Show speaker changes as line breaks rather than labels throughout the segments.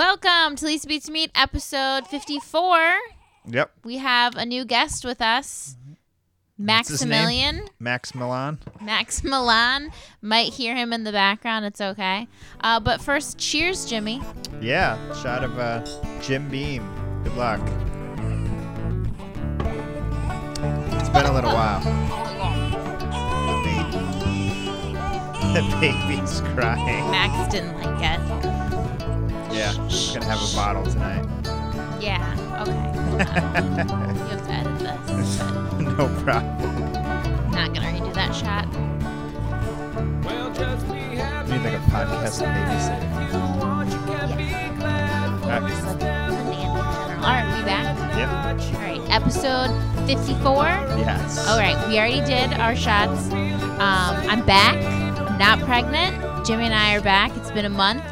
Welcome to Lisa Beats Meet episode 54.
Yep.
We have a new guest with us.
What's his name?
Maximilian.
Max Milan.
Max Milan. Might hear him in the background. It's okay. Uh, but first, cheers, Jimmy.
Yeah. Shot of uh, Jim Beam. Good luck. It's been a little while. The baby. The baby's crying.
Max didn't like it.
Yeah. Just gonna have a bottle tonight.
Yeah. Okay. hold on. you have to edit this. but
no problem.
Not going to redo that shot.
Well, just be happy.
You think a podcast will make you sick?
If you want, you can be glad.
Alright.
Always
All
step
right, we back.
Yep.
All right, episode 54.
Yes.
All right, we already did our shots. Um, I'm back, I'm not pregnant. Jimmy and I are back. It's been a month,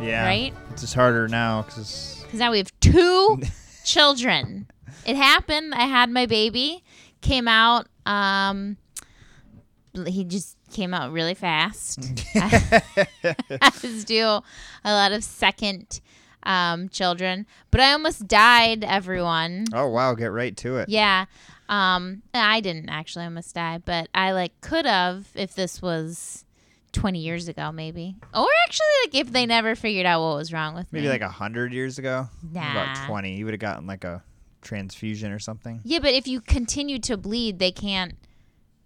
Yeah.
right?
It's just harder now because
Because now we have two children. It happened. I had my baby, came out. Um, he just came out really fast. I was due a lot of second um, children, but I almost died, everyone.
oh wow, get right to it.
Yeah. Um, I didn't actually almost die, but I like could have if this was 20 years ago, maybe. Or actually, like if they never figured out what was wrong with me.
Maybe like a hundred years ago.
Nah.
About twenty. You would have gotten like a transfusion or something.
yeah, but if you continue to bleed, they can't.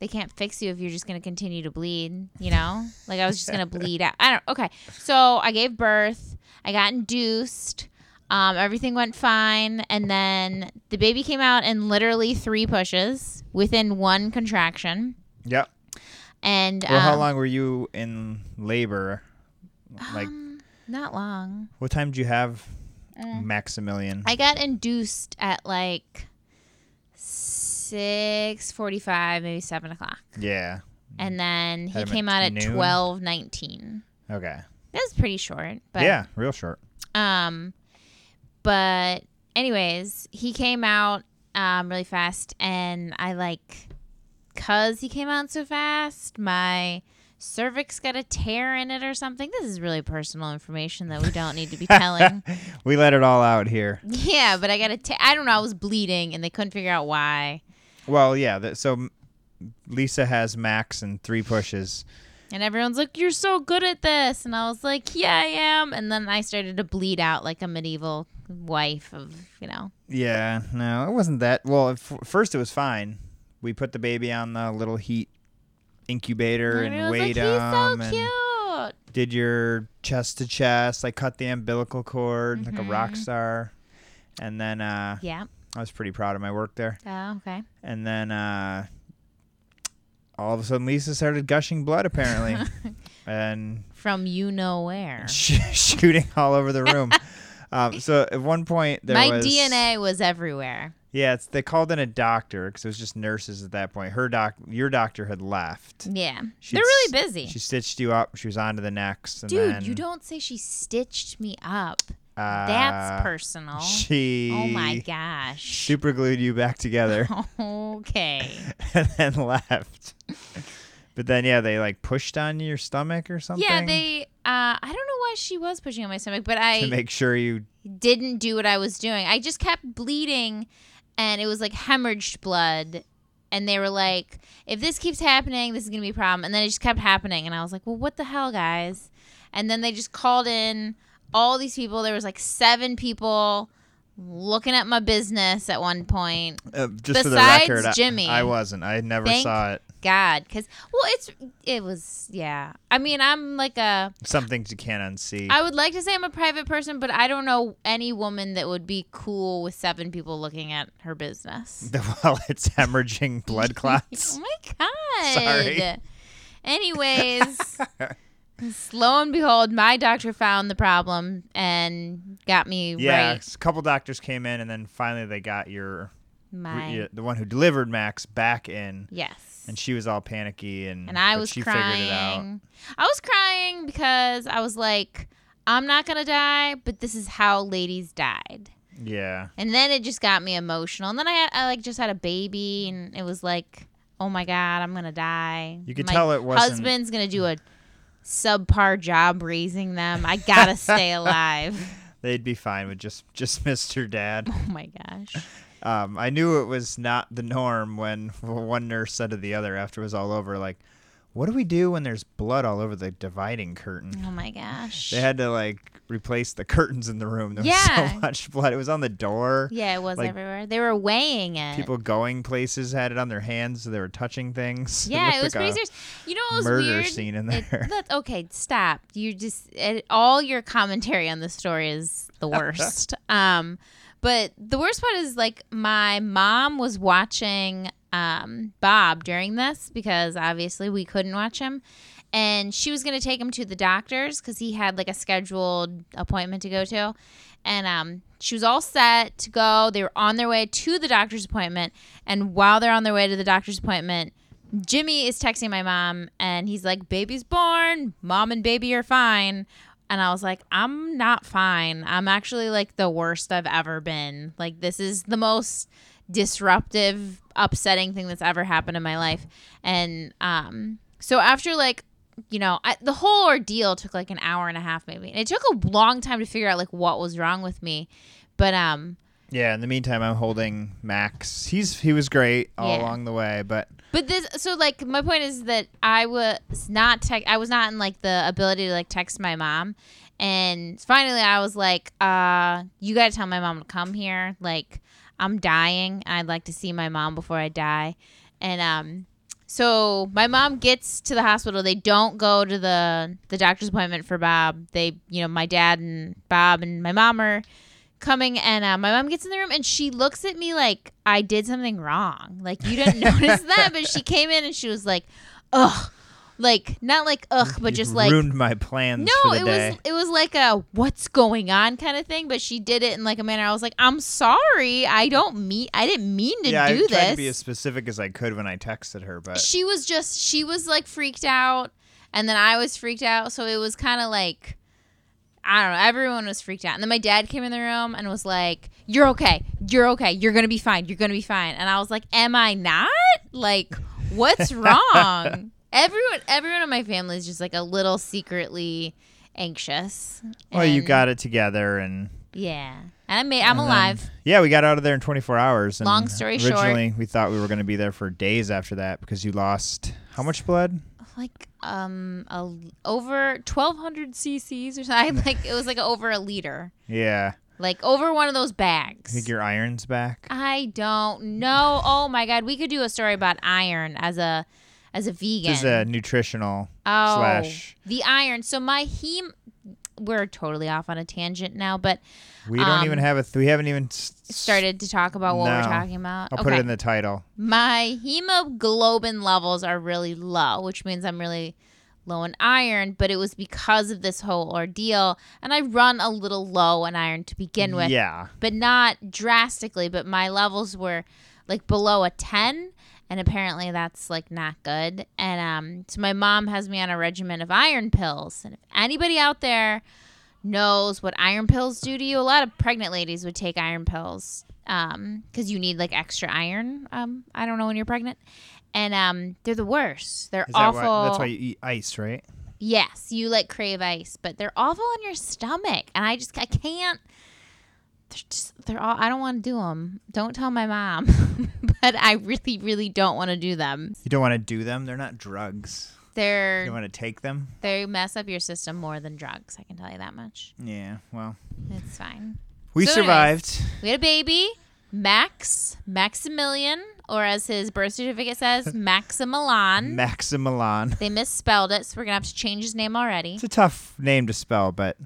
They can't fix you if you're just going to continue to bleed, you know? Like I was just going to bleed out. I don't okay. So, I gave birth. I got induced. Um, everything went fine and then the baby came out in literally 3 pushes within one contraction.
Yep.
And
Well, how
um,
long were you in labor? Like,
Um, Not long.
what time did you have Maximilian?
eh. I got induced at like six forty-five, maybe seven o'clock,
yeah.
and then he
Mm. Had him at
came out at
noon?
twelve nineteen.
Okay.
That was pretty short, but
yeah, real short.
Um, but anyways, he came out um really fast, and I like, cause he came out so fast, my cervix got a tear in it or something. This is really personal information that we don't need to be telling.
We let it all out here.
Yeah, but I got a. T- I don't know. I was bleeding, and they couldn't figure out why.
Well, yeah. That, so m- Lisa has Max and three pushes.
And everyone's like, "You're so good at this," and I was like, "Yeah, I am." And then I started to bleed out like a medieval wife of, you know.
Yeah. No, it wasn't that. Well, at f- first it was fine. We put the baby on the little heat incubator
And
and,
everyone's
weighed him
like, "He's so
and
cute."
did your chest to chest, like cut the umbilical cord like a rock
Mm-hmm.
star. And then uh,
Yeah.
I was pretty proud of my work there.
Oh, okay.
and then uh, all of a sudden Lisa started gushing blood apparently, and
From you know where.
sh- shooting all over the room. um, so at one point there
My
was
DNA was everywhere.
Yeah, it's, they called in a doctor because it was just nurses at that point. Her doc, your doctor had left.
Yeah.
She'd
They're really
s-
busy.
She stitched you up. She was on to the next. And
Dude,
then,
you don't say she stitched me up.
Uh,
That's personal.
She.
oh my gosh.
Super glued you back together
Okay.
and then left. But then, yeah, they like pushed on your stomach or something.
Yeah, they. Uh, I don't know why she was pushing on my stomach, but
to
I
make sure you
didn't do what I was doing. I just kept bleeding, and it was like hemorrhaged blood. And they were like, "If this keeps happening, this is gonna be a problem." And then it just kept happening, and I was like, "Well, what the hell, guys?" And then they just called in all these people. There was like seven people looking at my business at one point.
uh, just for the
Besides
record I-
Jimmy.
I, wasn't i never
Thank-
saw it
God, because well, it's it was yeah. I mean, I'm like a
some things you can't unsee
I would like to say I'm a private person, but I don't know any woman that would be cool with seven people looking at her business.
while it's hemorrhaging blood
Oh
clots
my god.
Sorry.
Anyways, lo and behold, my doctor found the problem and got me
yeah
right.
a couple doctors came in and then finally they got your,
My
your- the one who delivered max back in
yes.
and she was all panicky and
and I
but
was
she figured it out
crying. I was crying because I was like, I'm not gonna die, but this is how ladies died.
yeah
and then it just got me emotional and then i had i like just had a baby and it was like oh my god i'm gonna die
You could
my
tell it wasn't-
husband's gonna do a subpar job raising them i gotta stay alive
They'd be fine with just just Mr. Dad.
Oh my gosh.
Um, I knew it was not the norm when one nurse said to the other after it was all over, like, "What do we do when there's blood all over the dividing curtain?"
Oh my gosh.
They had to like replace the curtains in the room. There was
Yeah.
so much blood. It was on the door.
yeah, it was
like,
everywhere. They were weighing it.
People going places had it on their hands, so they were touching things.
yeah, it was
looked like
pretty
a
serious. You know what was
murder
weird?
scene in
It-
there.
that- okay, stop. You just it, all your commentary on this story is the worst. um, but the worst part is like my mom was watching um Bob during this because obviously we couldn't watch him. And she was gonna take him to the doctor's because he had like a scheduled appointment to go to, and um, she was all set to go. They were on their way to the doctor's appointment, and while they're on their way to the doctor's appointment, Jimmy is texting my mom and he's like, Baby's born. Mom and baby are fine. And I was like, I'm not fine. I'm actually like the worst I've ever been. Like, this is the most disruptive, upsetting thing that's ever happened in my life. And um, so after like, you know, I, the whole ordeal took like an hour and a half, maybe. And it took a long time to figure out like what was wrong with me. But um,
Yeah, in the meantime, I'm holding Max. He's he was great all
Yeah.
along the way, but
But this, so like, my point is that I was not tech. I was not in like the ability to like text my mom, and finally I was like, uh, you gotta tell my mom to come here. Like, I'm dying. I'd like to see my mom before I die, and um, so my mom gets to the hospital. They don't go to the the doctor's appointment for Bob. They, you know, my dad and Bob and my mom are coming and uh, my mom gets in the room and she looks at me like I did something wrong. Like you didn't notice that, but she came in and she was like, "Ugh," like not like "ugh," but
you
just like
ruined my plans
no,
for the
it
day.
was it was like a "what's going on" kind of thing. But she did it in like a manner. I was like, "I'm sorry, I don't mean I didn't mean to
yeah,
do
I tried
this."
to be as specific as I could when I texted her, but
she was just she was like freaked out and then i was freaked out so it was kind of like i don't know everyone was freaked out and then my dad came in the room and was like you're okay you're okay you're gonna be fine you're gonna be fine and i was like am i not like what's wrong everyone everyone in my family is just like a little secretly anxious
well, "Oh, you
And-
got it together, and
yeah and i made i'm
and then-
alive
yeah, we got out of there in 24 hours. And
Long story short-
originally we thought we were going to be there for days after that because you lost how much blood?
like um a, over 1200 cc's or something I, like it was like over a liter
Yeah,
like over one of those
I think
bags.
your iron's back.
I don't know. Oh my god, we could do a story about iron as a as a vegan.
This is a nutritional
oh,
slash.
the iron. So my heme. We're totally off on a tangent now, but
We don't
Um,
even have a. Th- we haven't even s-
started to talk about what we're
No.
talking about.
I'll
okay.
put it in the title.
my hemoglobin levels are really low, which means I'm really low in iron, but it was because of this whole ordeal. And I run a little low in iron to begin with.
yeah,
but not drastically. But my levels were like below a 10, and apparently that's like not good. And um, so my mom has me on a regimen of iron pills. And if anybody out there knows what iron pills do to you, a lot of pregnant ladies would take iron pills because you need like extra iron. Um, I don't know when you're pregnant. And um, they're the worst. They're
is
awful.
that why, that's why you eat ice, right?
Yes, you like crave ice, but they're awful on your stomach, and I just I can't. They're just they're all I don't want to do them. Don't tell my mom, but I really really don't want to do them.
You don't want to do them. They're not drugs. You
They're
want to take them.
they mess up your system more than drugs. I can tell you that much.
Yeah. Well,
It's fine.
we
So anyways.
survived.
We had a baby, Max Maximilian, or as his birth certificate says, Maximilan.
Maximilan.
they misspelled it, so we're gonna have to change his name already.
It's a tough name to spell, but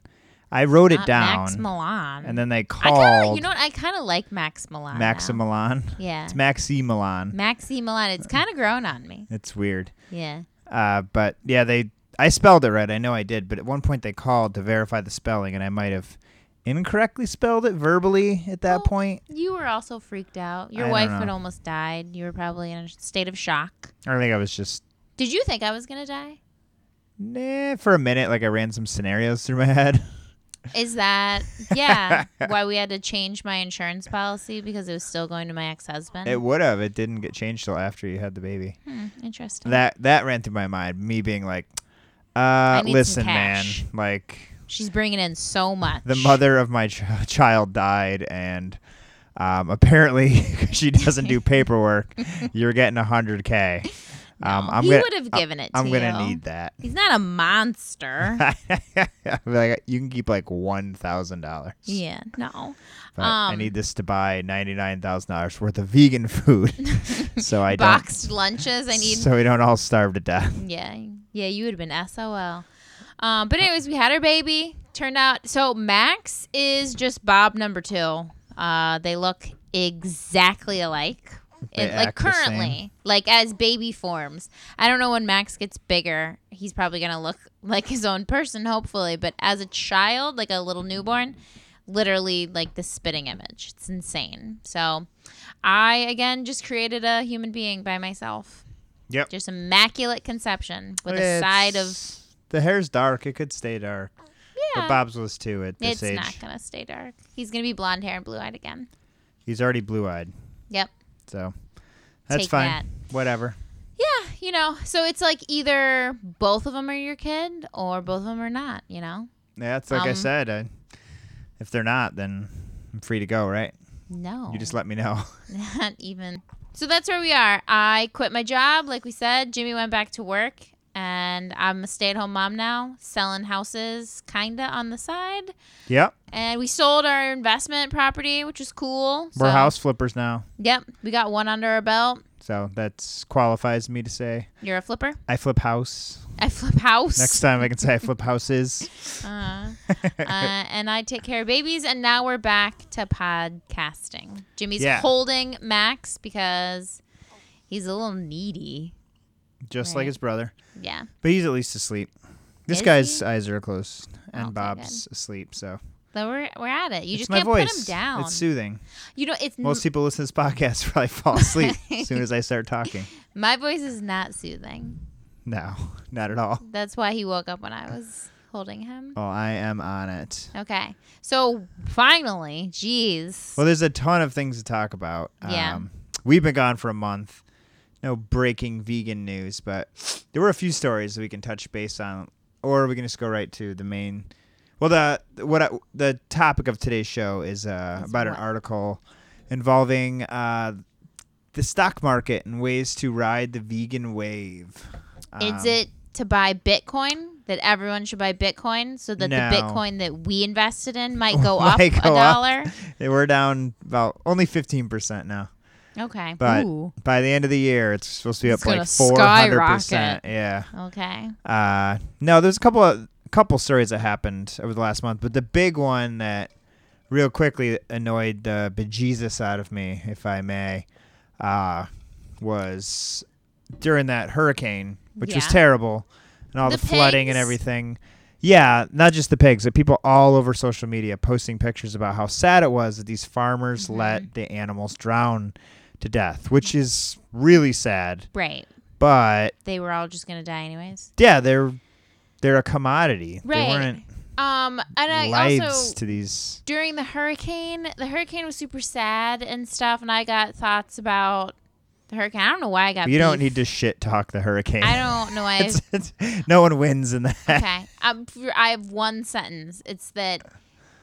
I wrote it
Not
down,
Max Milan.
and then they
I
called
kind of, you know what? I kind of like Max Milan. now.
Maximilan.
Yeah.
It's Maxi Milan.
Maxi Milan. It's kind of grown on me.
It's weird.
Yeah.
Uh, but yeah, they I spelled it right. I know I did, but at one point they called to verify the spelling, and I might have incorrectly spelled it verbally at that
Oh.
point.
You were also freaked out.
I
Your
don't
wife
know.
had almost died. You were probably in a state of shock.
I think I was just
Did you think I was going to die?
nah for a minute. Like I ran some scenarios through my head.
Is that, yeah, why we had to change my insurance policy because it was still going to my ex husband?
It would have. It didn't get changed till after you had the baby.
Hmm. Interesting.
That that ran through my mind. Me being like, uh,
need some
listen, man,
cash.
like
She's bringing in so much.
the mother of my ch- child died and um, apparently 'cause she doesn't do paperwork you're getting 100k um,
No,
i'm
he
gonna
would have
I-
given it
i'm
to
gonna
you.
need that
He's not a monster.
I'll be like, you can keep like one thousand dollars
yeah, no.
i
um,
need this to buy ninety nine thousand dollars worth of vegan food so i don't
Boxed lunches. I need.
so we don't all starve to death
yeah, yeah. You would have been SOL. Um, but anyways, we had our baby. Turned out so Max is just Bob number two. Uh, they look exactly alike.
They
It- like
act the same.
currently, like as baby forms. I don't know when Max gets bigger. He's probably gonna look like his own person, hopefully. But as a child, like a little newborn, literally like the spitting image. It's insane. So, I again just created a human being by myself.
Yep.
Just immaculate conception with a side of
It's- the hair's dark it could stay dark
yeah.
but bob's was too at this
it's
age
not gonna stay dark. He's gonna be blonde hair and blue eyed again.
he's already blue-eyed
Yep.
so that's
Take
fine
that.
whatever
Yeah, you know, so it's like either both of them are your kid or both of them are not. You know,
Yeah, it's like I
Um,
said. I, if they're not, then I'm free to go, right?
no.
You just let me know.
Not even. So that's where we are. I quit my job, like we said. Jimmy went back to work, and I'm a stay at home mom now, selling houses kinda on the side.
yep,
And we sold our investment property, which was cool.
we're
So-
house flippers now,
Yep, we got one under our belt.
so that qualifies me to say
You're a flipper.
I flip house.
I flip house.
Next time I can say I flip houses.
Uh, uh, and I take care of babies. And now we're back to podcasting. Jimmy's
Yeah.
holding Max because he's a little needy.
Just
Right.
like his brother,
Yeah.
but he's at least asleep. This
Is
guy's
he? Oh,
eyes are closed, and
Okay,
Bob's asleep, so
So we're, we're at it. You
it's
just
my
can't
voice.
put him down.
It's soothing.
you know, it's
Most people listen to this podcast probably fall asleep as soon as I start talking.
my voice is not soothing.
No, not at all.
That's why he woke up when I was holding him.
Well, I am on it.
Okay. So finally, jeez.
Well, there's a ton of things to talk about. Um,
Yeah.
we've been gone for a month. No breaking vegan news, but there were a few stories that we can touch base on, or we can just go right to the main. Well, the what I, the topic of today's show is uh,
Is
about an
what?
article involving uh, the stock market and ways to ride the vegan wave.
Is
Um,
it to buy Bitcoin? That everyone should buy Bitcoin so that
No.
the Bitcoin that we invested in might go up
Might
a
go up.
dollar?
They were down about only fifteen percent now.
Okay.
But
Ooh.
by the end of the year, it's supposed to be
It's
up
gonna
like four hundred percent.
skyrocket.
Yeah.
Okay.
Uh, no, there's a couple of couple stories that happened over the last month, but the big one that real quickly annoyed the bejesus out of me, if I may, uh, was during that hurricane, which was
Yeah.
terrible, and all the,
The
flooding and
pigs.
everything. Yeah, not just the pigs, but people all over social media posting pictures about how sad it was that these farmers
Mm-hmm.
let the animals drown to death, which is really sad.
Right.
But
They were all just gonna die anyways.
yeah, they're they're a commodity. They
Right.
weren't
Um and I
lives
also
to these.
during the hurricane, the hurricane was super sad and stuff and I got thoughts about the hurricane. I don't know why I got
You don't
beef.
need to shit talk the hurricane.
I don't know why I
It's- it's- no one wins in that.
okay. Um, for- I have one sentence. It's that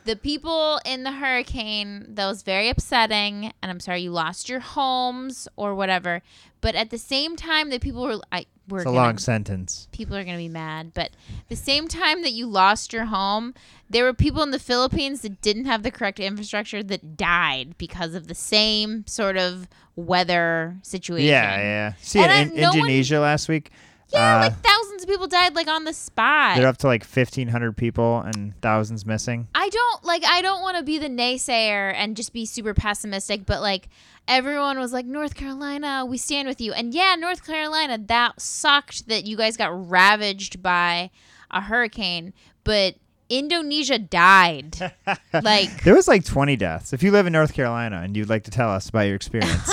the people in the hurricane, that was very upsetting, and I'm sorry you lost your homes or whatever. But at the same time that people were, I, we're
It's a
gonna-
long sentence.
people are going to be mad, but the same time that you lost your home, there were people in the Philippines that didn't have the correct infrastructure that died because of the same sort of weather situation.
Yeah, yeah. See,
And I-
in
no one-
Indonesia last week,
Yeah,
uh,
like thousands of people died like on the spot.
they're up to like fifteen hundred people and thousands missing.
I don't like I don't want to be the naysayer and just be super pessimistic, but like everyone was like North Carolina, we stand with you. And yeah, North Carolina, that sucked that you guys got ravaged by a hurricane, but Indonesia died. like
There was like twenty deaths. If you live in North Carolina and you'd like to tell us about your experience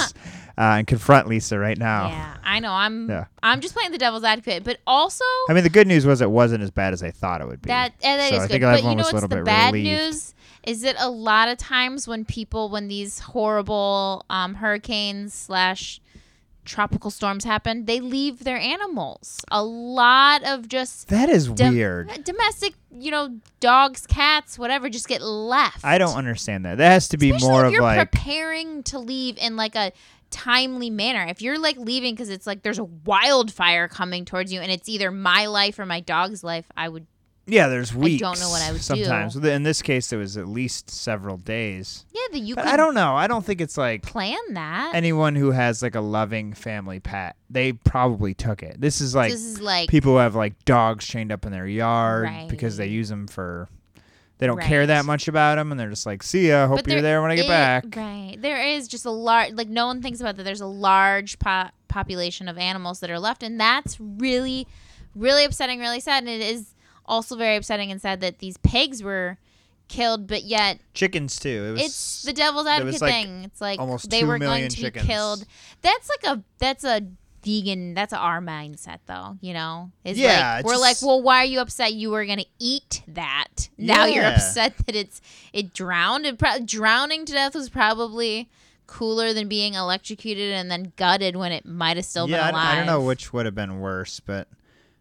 uh, and confront Lisa right now,
yeah, I know. I'm
Yeah.
I'm just playing the devil's advocate, but also
I mean the good news was it wasn't as bad as I thought it would be.
That and that
So
is
I
good.
think
But
everyone
you know
was
what's
a little
the
bit
bad
relieved.
news is that a lot of times when people when these horrible um, hurricanes slash tropical storms happen, they leave their animals. A lot of just
That is
dom-
weird.
domestic, you know, dogs, cats, whatever, just get left.
I don't understand that. That has to be
Especially
more
if
of
you're
like
preparing to leave in like a timely manner. If you're like leaving because it's like there's a wildfire coming towards you, and it's either my life or my dog's life, I would.
yeah. There's
don't
weeks.
know what I would do.
sometimes. Th- In this case, it was at least several days.
Yeah, that you.
But
could
I don't know. I don't think it's like
plan that.
anyone who has like a loving family pet. They probably took it. This is like
this is like
people who have like dogs chained up in their yard because they
Right.
use them for. They don't care
Right.
that much about them, and they're just like, "See ya. Hope
But
you're there when I get
i-
back."
Right. There is just a large, like, no one thinks about that. There's a large po- population of animals that are left. And that's really, really upsetting, really sad. And it is also very upsetting and sad that these pigs were killed, but yet
Chickens too. It was
it's the devil's
there
advocate
was, like,
thing. It's like
almost
they
two
were going
million
to
chickens.
be killed. That's like a, that's a, vegan that's our mindset though you know it's
Yeah,
like
it's
we're like
just-
well why are you upset you were gonna eat that now you're
Yeah.
upset that it's it drowned it pro- drowning to death was probably cooler than being electrocuted and then gutted when it might have still
yeah. I
been
don't,
alive
I don't know which would have been worse, but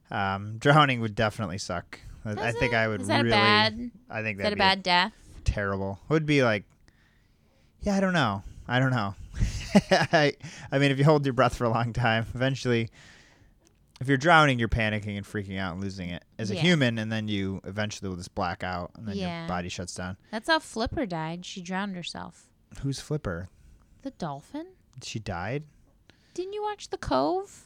um, drowning would definitely suck. I, I
Does
think
it?
I would
Is that a
really.
bad-
I think
is that
that'd
a
be
bad death
terrible. It would be like, yeah, I don't know. I don't know. I, I mean, if you hold your breath for a long time, eventually, if you're drowning, you're panicking and freaking out and losing it as a
Yeah.
human, and then you eventually will just black out, and then
Yeah.
your body shuts down.
that's how flipper died she drowned herself
Who's Flipper?
the dolphin
She died.
didn't you watch the cove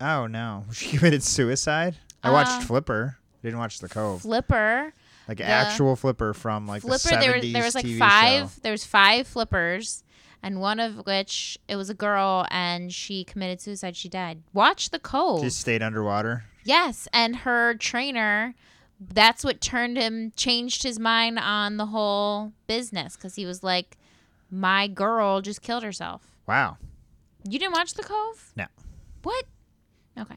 Oh no, she committed suicide. I watched
Uh,
Flipper. Didn't watch The Cove,
flipper
like
the
actual Flipper from like the
flipper
70s
there was there was like
TV
five
show.
there was five flippers and one of which it was a girl and she committed suicide she died watch the cove
Just stayed underwater.
Yes, and her trainer that's what turned him changed his mind on the whole business cuz he was like my girl just killed herself.
Wow.
You didn't watch The Cove?
No.
What? Okay.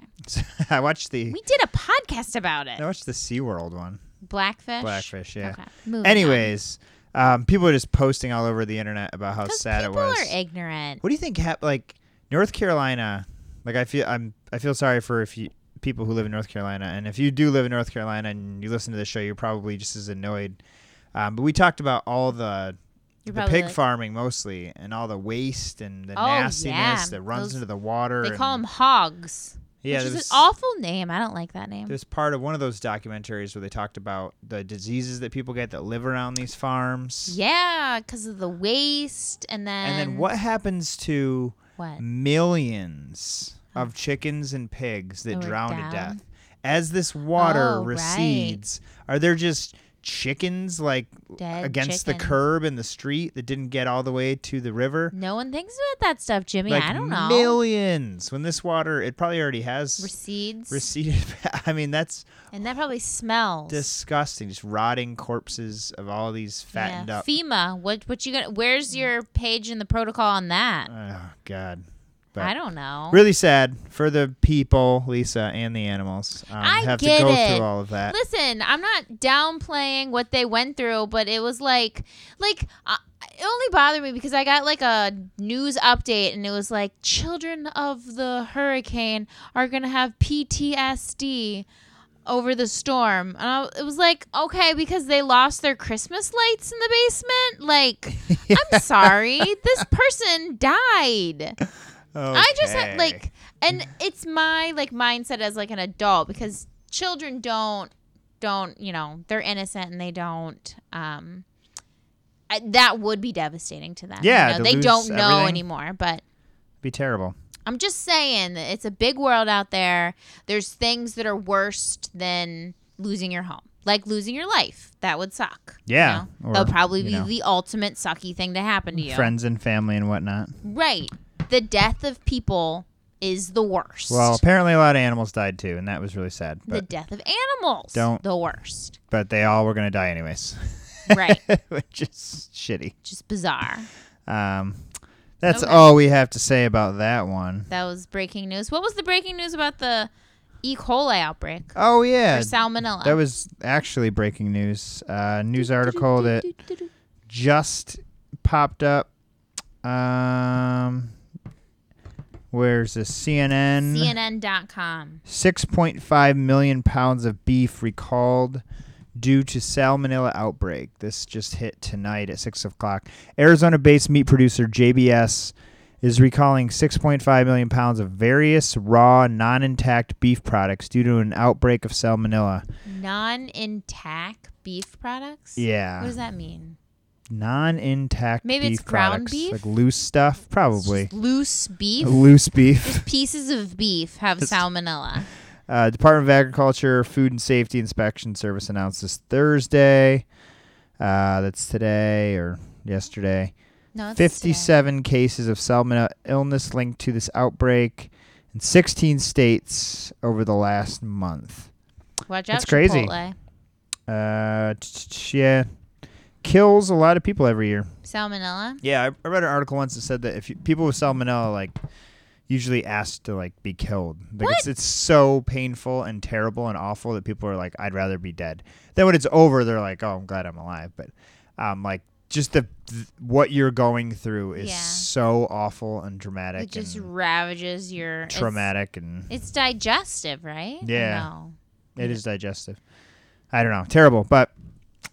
I watched the
We did a podcast about it.
I watched the SeaWorld one.
Blackfish.
Blackfish, yeah.
Okay. moving on.
Anyways, um, people are just posting all over the internet about how
'Cause
sad it
people
was.
are ignorant.
what do you think hap- like North Carolina? Like I feel I'm I feel sorry for if you people who live in North Carolina and if you do live in North Carolina and you listen to this show, you're probably just as annoyed. Um, but we talked about all the
You're
the
probably
pig
like-
farming mostly and all the waste and the
Oh,
nastiness
yeah.
that runs
Those-
into the water.
They
and,
call them hogs.
yeah,
which
there
is
was-
an awful name. I don't like that name.
there's part of one of those documentaries where they talked about the diseases that people get that live around these farms.
Yeah, cuz of the waste and then
And then what happens to
What?
millions of chickens and pigs that
That were
drown to
down?
death? As this water
Oh, right.
recedes, are there just chickens like
Dead
against the
chickens.
curb in the street that didn't get all the way to the river?
No one thinks about that stuff, Jimmy.
like
I don't know.
Millions. When this water, it probably already has
recedes,
receded. I mean, that's
and that probably smells.
disgusting. Just rotting corpses of all these
Yeah.
fattened up. Mm.
FEMA. What? What you gonna? Where's your page in the protocol on that?
oh God. But-
I don't know.
Really sad for the people, Lisa, and the animals. Um,
I
have
get
to go
it.
through all of that.
Listen, I'm not downplaying what they went through, but it was like, like uh, it only bothered me because I got like a news update, and it was like children of the hurricane are gonna have PTSD over the storm, and I, it was like, okay, because they lost their Christmas lights in the basement. Like, I'm sorry, this person died. I just ha-
Okay.
like, and it's my like mindset as like an adult because children don't don't you know they're innocent and they don't um I, that would be devastating to them.
Yeah,
you know,
to
they
lose
don't know
everything.
anymore. But
be terrible.
I'm just saying that it's a big world out there. There's things that are worse than losing your home. Like losing your life, that would suck. you
Yeah,
know?
or,
that'll probably
you
be
know,
the ultimate sucky thing to happen to you.
Friends and family and whatnot.
Right. The death of people is the worst.
Well, apparently a lot of animals died too, and that was really sad.
the
But
death of animals.
Don't-
the worst.
but they all were gonna die anyways,
Right.
which is shitty.
Just bizarre.
Um, that's
Okay.
all we have to say about that one.
That was breaking news. What was the breaking news about the E. coli outbreak
Oh yeah,
or salmonella?
that was actually breaking news. Uh, news article that just popped up. Um, Where's the CNN?
CNN.com.
6.5 million pounds of beef recalled due to salmonella outbreak. This just hit tonight at 6 o'clock. Arizona based meat producer JBS is recalling 6.5 million pounds of various raw, non intact beef products due to an outbreak of salmonella.
Non intact beef products?
Yeah.
What does that mean?
Non intact
Maybe
beef
it's ground
products.
beef?
Like loose stuff?
It's
Probably.
just loose beef?
Loose beef.
Just pieces of beef have salmonella.
Uh, Department of Agriculture Food and Safety Inspection Service announced this Thursday. Uh, that's today or yesterday.
No, it's
57 cases of salmonella illness linked to this outbreak in 16 states over the last month.
today. Watch out,
That's crazy.
Chipotle.
Uh, t- t- yeah, kills a lot of people every year.
Salmonella.
Yeah, I, I read an article once that said that if you, people with salmonella like usually asked to like be killed. Like It's, it's so painful and terrible and awful that people are like, I'd rather be dead. Then when it's over, they're like, Oh, I'm glad I'm alive. But um, like just the th- what you're going through is
Yeah.
so awful and dramatic
It just
and
ravages your it's-
traumatic, and
It's, digestive, right? Or
Yeah.
No.
it is digestive. I don't know, terrible, but.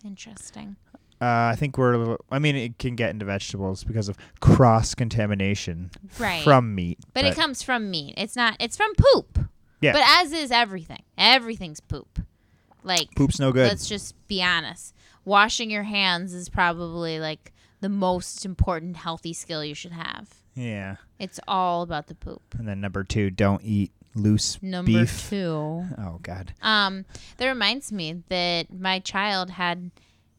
Interesting.
Uh, I think we're. A little, I mean, it can get into vegetables because of cross contamination
Right.
from meat.
But, it comes from meat. It's not. It's from poop.
Yeah.
But as is everything. Everything's poop. Like
poop's no good.
let's just be honest. Washing your hands is probably like the most important healthy skill you should have.
Yeah.
It's all about the poop.
And then number two, don't eat loose
Number
beef.
two.
Oh God.
Um, that reminds me that my child had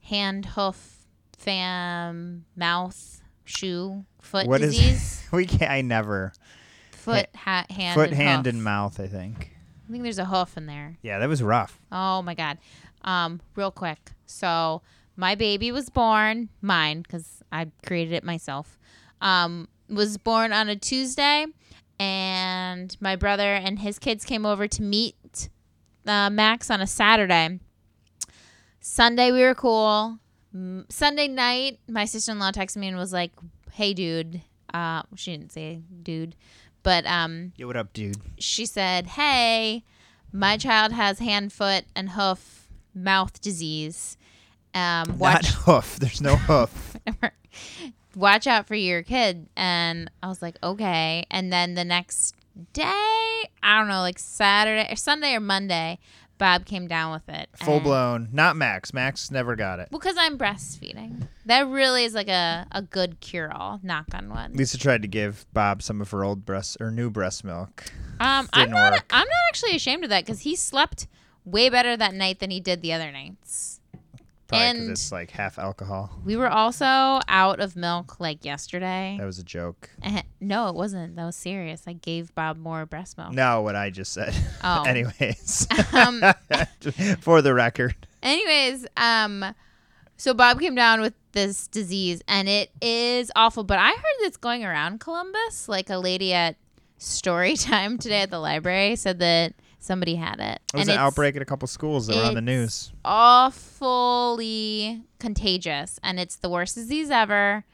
hand, hoof, fam, mouth, shoe, foot
What is?
disease.
we can't. I never.
Foot, ha- hand,
Foot,
and
hand,
hoof.
and mouth. I think.
I think there's a hoof in there.
Yeah, that was rough.
Oh my god. Um, real quick. So my baby was born, mine, because I created it myself. Um, was born on a Tuesday, and my brother and his kids came over to meet uh, Max on a Saturday. Sunday we were cool. M- Sunday night, my sister in law texted me and was like, "Hey, dude." Uh, she didn't say dude, but um,
Yo, what up, dude?
she said, "Hey, my child has hand, foot, and hoof mouth disease. Um,
Not
watch
hoof. There's no hoof.
watch out for your kid." And I was like, "Okay." And then the next day, I don't know, like Saturday or Sunday or Monday, Bob came down with it.
Full
and-
blown. Not Max. Max never got it.
Because I'm breastfeeding. That really is like a, a good cure all, knock on wood.
Lisa tried to give Bob some of her old breast or new breast milk.
Um, I'm
Didn't
not
work.
I'm not actually ashamed of that because he slept way better that night than he did the other nights.
Probably because
And-
it's like half alcohol.
We were also out of milk like yesterday.
That was a joke.
Eh, No, it wasn't. That was serious. I gave Bob more breast milk.
No, what I just said.
Oh.
Anyways,
Um,
for the record,
anyways, um, so Bob came down with this disease, and it is awful. But I heard that's going around Columbus. Like a lady at story time today at the library said that somebody had it.
it was
And
an
it's-
outbreak at a couple schools that were on the
it's
news.
Awfully contagious, and it's the worst disease ever.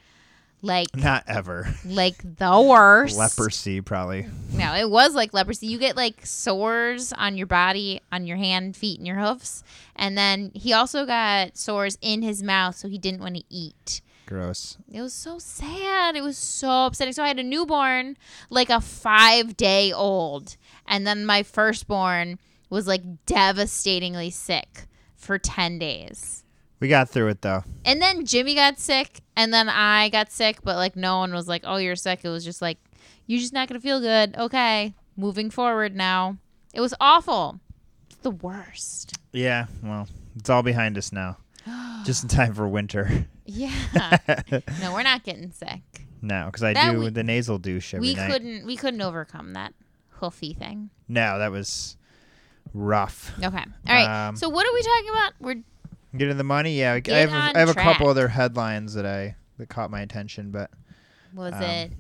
Like,
Not ever.
like the worst.
Leprosy, probably.
No, it was like leprosy. You get like sores on your body, on your hand, feet, and your hoofs. And then he also got sores in his mouth, so he didn't want to eat.
Gross.
It was so sad. It was so upsetting. So I had a newborn, like a five day old. And then my firstborn was like devastatingly sick for 10 days.
We got through it though.
And then Jimmy got sick, and then I got sick, but like no one was like, "Oh, you're sick." It was just like, "You're just not gonna feel good." Okay, moving forward now. It was awful. It's the worst.
Yeah, well, it's all behind us now. Just in time for winter.
Yeah. no, we're not getting sick.
no, because I
That
do
we-
the nasal douche every
we
night.
couldn't. We couldn't overcome that hoofy thing.
No, that was rough.
Okay. All right.
Um,
so what are we talking about? We're
Get in the money. Yeah, I- I
Get
have,
on
a, I have a
track.
couple other headlines that I that caught my attention, but
was
Um,
it?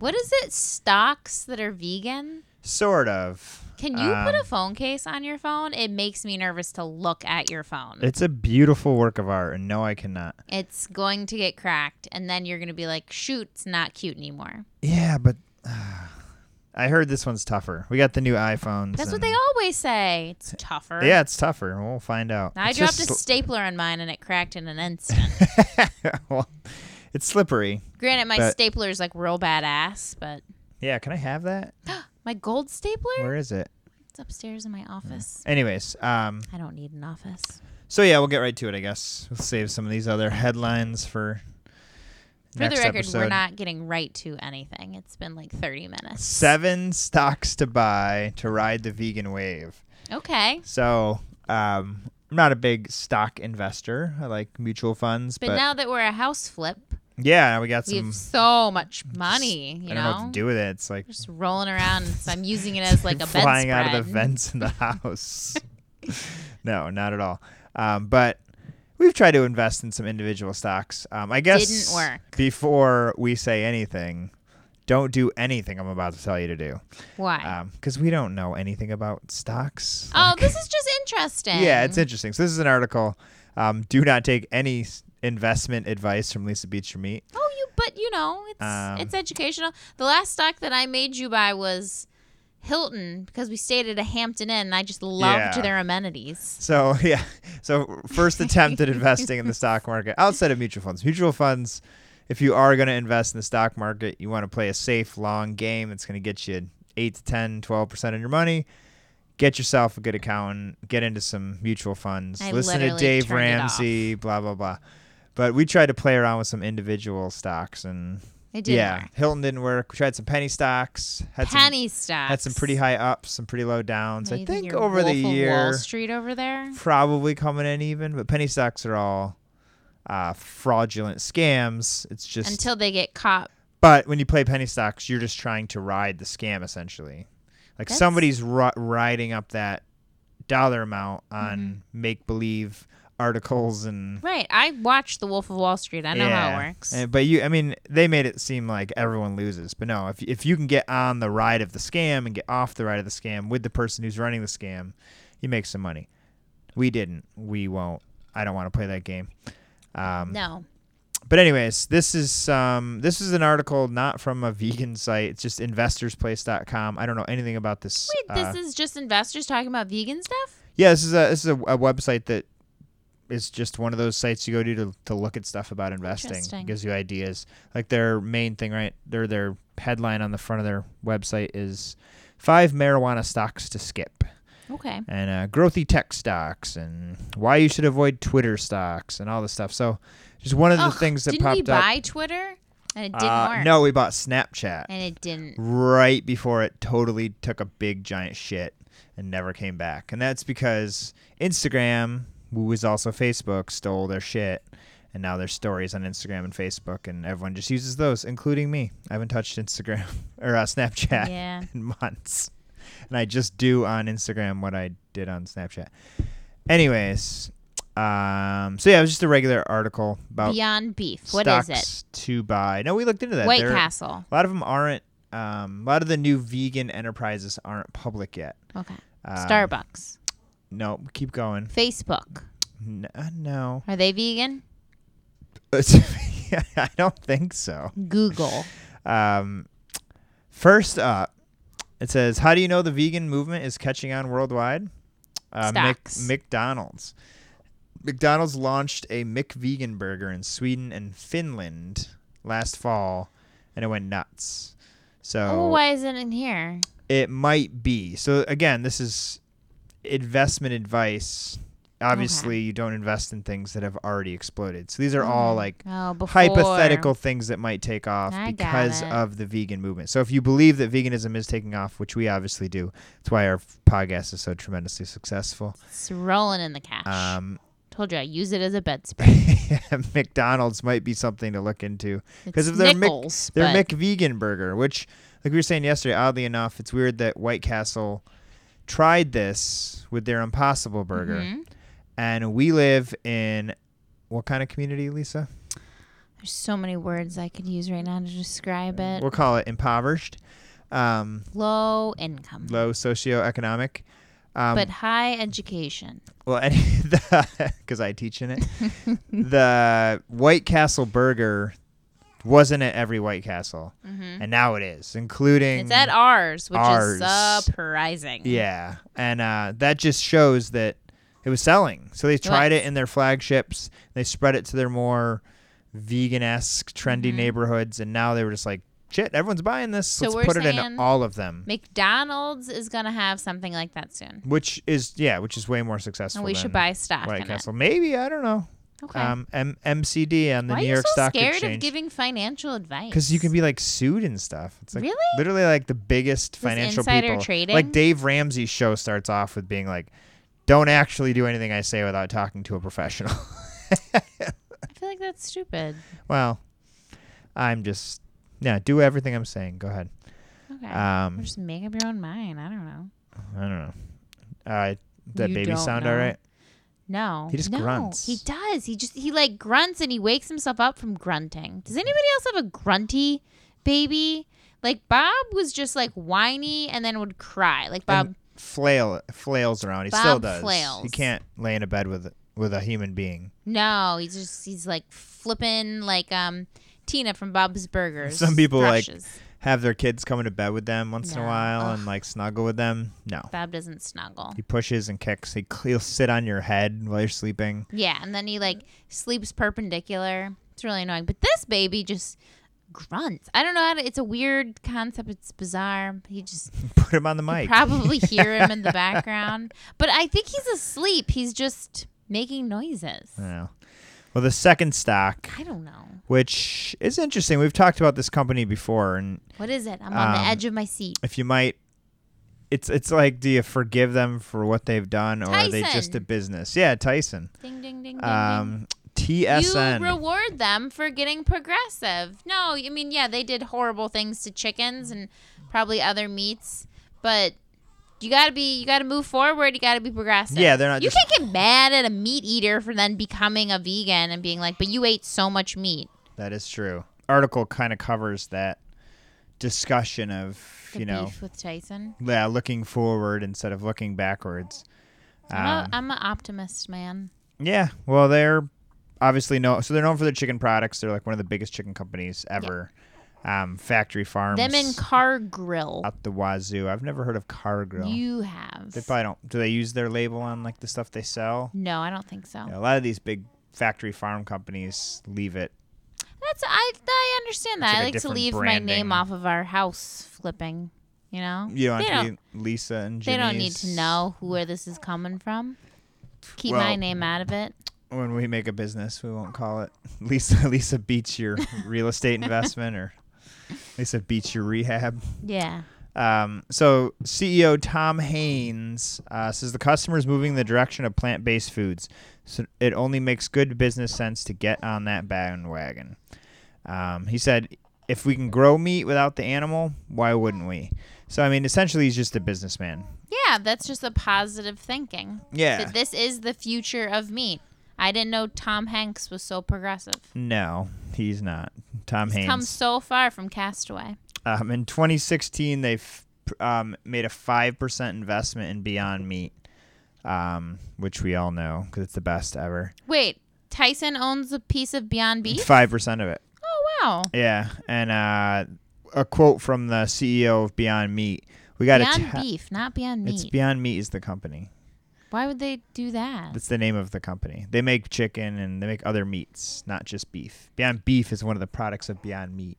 What is it? Stocks that are vegan.
sort of.
Can you put a
Um,
phone case on your phone? It makes me nervous to look at your phone.
It's a beautiful work of art, and no, I cannot.
It's going to get cracked, and then you're going to be like, shoot, it's not cute anymore.
Yeah, but I heard this one's tougher. We got the new iPhones.
That's what
and-
they always say. It's tougher.
Yeah, it's tougher. We'll find out.
Now I
It's
dropped
just
a
sl-
stapler on mine and it cracked in an instant.
well, it's slippery.
Granted, my
But-
stapler's like real badass, but
Yeah, can I have that?
my gold stapler?
Where is it?
It's upstairs in my office.
Anyways, um,
I don't need an office.
so yeah, we'll get right to it. I guess we'll save some of these other headlines for.
For
next
the record, we're
episode.
not getting right to anything. It's been like 30 minutes.
Seven stocks to buy to ride the vegan wave.
Okay.
So um, I'm not a big stock investor. I like mutual funds,
But,
but,
now that we're a house flip,
yeah, we got
we
some.
have so much money, you
I don't know what to do with it. It's like
Just rolling around. and so I'm using it as like a bed
flying out of the vents in the house. no, not at all. Um, but we've tried to invest in some individual stocks. Um, I guess
Didn't work.
Before we say anything, don't do anything I'm about to tell you to do
Why?
because we don't know anything about stocks.
oh,
Like-
this is just interesting.
yeah, it's interesting. So this is an article. Um, do not take any s- investment advice from Lisa Beach or Meat.
Oh, you but you know, it's
Um,
it's educational. The last stock that I made you buy was Hilton because we stayed at a Hampton Inn and I just loved
Yeah.
their amenities.
So yeah, so first attempt at investing in the stock market outside of mutual funds. Mutual funds, if you are going to invest in the stock market, you want to play a safe long game. It's going to get you eight to 10, 12 percent of your money. Get yourself a good accountant. Get into some mutual funds.
I
Listen to
literally
Dave
turned it off.
Ramsey. Blah blah blah. But we tried to play around with some individual stocks and
It did
yeah,
work.
Hilton didn't work. We tried some penny stocks. Had some,
Penny stocks.
had some pretty high ups, some pretty low downs.
Now
I
you
think
you're
over the
Wolf of Wall
year
Street over there.
probably coming in even, but penny stocks are all uh, fraudulent scams. It's just
Until they get caught.
but when you play penny stocks, you're just trying to ride the scam essentially. Like
That's-
somebody's ri- riding up that dollar amount on
Mm-hmm.
make believe articles and
Right. I watched The Wolf of Wall Street. I know
yeah.
how it works.
And- but you, I mean, they made it seem like everyone loses, but no. If if you can get on the ride of the scam and get off the ride of the scam with the person who's running the scam, you make some money. We didn't. We won't. I don't want to play that game. Um,
no.
But anyways, this is um, this is an article not from a vegan site. It's just investorsplace.com. I don't know anything about this.
Wait,
uh,
this is just investors talking about vegan stuff?
yeah, this is a this is a, a website that is just one of those sites you go to to, to look at stuff about investing.
Interesting.
It gives you ideas. Like their main thing, right? Their their headline on the front of their website is five marijuana stocks to skip
Okay.
and uh, growthy tech stocks and why you should avoid Twitter stocks and all this stuff. So just one of the
Ugh,
things that
didn't
popped
we
up.
buy Twitter? And it didn't
Uh,
work.
No, we bought Snapchat
And it didn't.
right before it totally took a big giant shit and never came back. And that's because Instagram, who was also Facebook, stole their shit. And now there's stories on Instagram and Facebook, and everyone just uses those, including me. I haven't touched Instagram or uh, Snapchat
Yeah.
in months. And I just do on Instagram what I did on Snapchat. Anyways, um, so yeah, it was just a regular article about
Beyond Beef. What is
stocks
it?
to buy. No, we looked into that.
White
There-
Castle.
a lot of them aren't. Um, a lot of the new vegan enterprises aren't public yet.
Okay.
Um,
Starbucks.
No, keep going.
Facebook.
N- uh, no,
Are they vegan?
I don't think so.
Google.
Um, first up, it says, "How do you know the vegan movement is catching on worldwide?" Uh, Mc-
Stocks.
McDonald's. McDonald's launched a McVegan burger in Sweden and Finland last fall, and it went nuts. So
Oh, why is it in here?
It might be. So again, this is investment advice. Obviously, you don't invest in things that have already exploded. So these are all like
Oh, before.
hypothetical things that might take off
I got
because
it.
of the vegan movement. So if you believe that veganism is taking off, which we obviously do, that's why our podcast is so tremendously successful.
It's rolling in the cash.
Um,
Told you I use it as a bedspread.
McDonald's might be something to look into because
It's
of their Mc,
Nichols,
their
but-
McVegan burger, which, like we were saying yesterday, oddly enough, it's weird that White Castle tried this with their Impossible Burger,
Mm-hmm.
and we live in what kind of community, Lisa?
There's so many words I could use right now to describe it.
We'll call it impoverished, um,
Low income,
low socioeconomic. Um,
but high education.
Well, because I teach in it, the White Castle burger wasn't at every White Castle, and now it is,
Mm-hmm.
including
It's at ours, which
Ours.
is surprising.
yeah, and uh, that just shows that it was selling. So they tried it in their flagships. They spread it to their more vegan esque, trendy
Mm-hmm.
neighborhoods, and now they were just like, "Shit, everyone's buying this. Let's
we're
put it in
saying-
all of them."
McDonald's is gonna have something like that soon,
Which is yeah, which is way more successful.
and we
than
should buy stock
White
in
Castle. Maybe I don't know.
it. Okay.
Um, M- MCD on the
Why
New
are you
York
so
Stock
scared
Exchange.
of giving financial advice?
because you can be like sued and stuff. It's like
Really?
literally like the biggest financial
insider
people.
trading?
Like Dave Ramsey's show starts off with being like, "Don't actually do anything I say without talking to a professional."
I feel like that's stupid.
well, I'm just yeah. Do everything I'm saying. Go ahead.
Okay. Or
Um,
just make up your own mind. I don't know.
I don't know. Uh, that
You
baby
don't
sound
know.
all right?
No.
He just
no,
grunts.
He does. He just he like grunts and he wakes himself up from grunting.
Mm-hmm.
Does anybody else have a grunty baby? Like Bob was just like whiny and then would cry. Like Bob
And flail flails around. He
Bob
still does. He
flails.
can't lay in a bed with with a human being.
No, he's just he's like flipping like um Tina from Bob's Burgers.
Some people, like-
thrushes.
Have their kids come into bed with them once in a
No.
while
Ugh.
and like snuggle with them. No.
Bob doesn't snuggle.
He pushes and kicks. He cl- he'll sit on your head while you're sleeping.
Yeah, and then he
Mm-hmm.
like sleeps perpendicular. It's really annoying. But this baby just grunts. I don't know how to it's a weird concept. It's bizarre. He just
Put him on the mic.
probably hear him in the background. But I think he's asleep. He's just making noises.
I know. Well, the second stock,
I don't know.
which is interesting, we've talked about this company before, and
What is it? I'm on the
Um,
edge of my seat.
if you might, it's it's like, do you forgive them for what they've done, or are they just
Tyson.
a business? Yeah, Tyson.
Ding ding ding ding. ding.
Um, TSN.
You reward them for getting progressive. No, I mean, yeah, they did horrible things to chickens and probably other meats, but you gotta be, you gotta move forward. You gotta be progressive.
Yeah, they're not
You
just-
can't get mad at a meat eater for then becoming a vegan and being like, but you ate so much meat.
that is true. Article kind of covers that discussion of
The
you know,
beef with Tyson.
yeah, looking forward instead of looking backwards. Um,
I'm, a, I'm an optimist, man.
Yeah. Well, they're obviously no. So they're known for their chicken products. They're like one of the biggest chicken companies ever. Um, factory farms.
Them and Car Grill.
out the wazoo. I've never heard of Car Grill.
You have.
they probably don't. Do they use their label on like the stuff they sell?
no, I don't think so.
Yeah, a lot of these big factory farm companies leave it.
That's I I understand that.
like
I
a
like to
different
leave my
branding.
name off of our house flipping. You know,
You don't
they
have
don't,
to be Lisa and
they don't need to
Jimmy's.
know who, where this is coming from. Keep
Well-
my name out of it.
When we make a business, we won't call it Lisa. Lisa beats your real estate investment, or Lisa beats your rehab.
Yeah,
Um, so CEO Tom Haynes uh, says the customer is moving in the direction of plant-based foods, so it only makes good business sense to get on that bandwagon. Um, he said, "If we can grow meat without the animal, why wouldn't we?" So I mean, essentially, he's just a businessman.
yeah. That's just a positive thinking.
Yeah.
That this is the future of meat. I didn't know Tom Hanks was so progressive.
No, he's not. Tom Haynes.
Come so far from Castaway.
Um, in 2016, they f- um, made a 5% investment in Beyond Meat, um, which we all know because it's the best ever.
Wait, Tyson owns a piece of Beyond Beef.
5% of it.
Oh wow.
Yeah. And uh, a quote from the CEO of Beyond Meat. We got
Beyond
a ta-
Beef, not Beyond
It's
Meat.
Beyond Meat is the company.
Why would they do that?
That's the name of the company. They make chicken and they make other meats, not just beef. Beyond Beef is one of the products of Beyond Meat.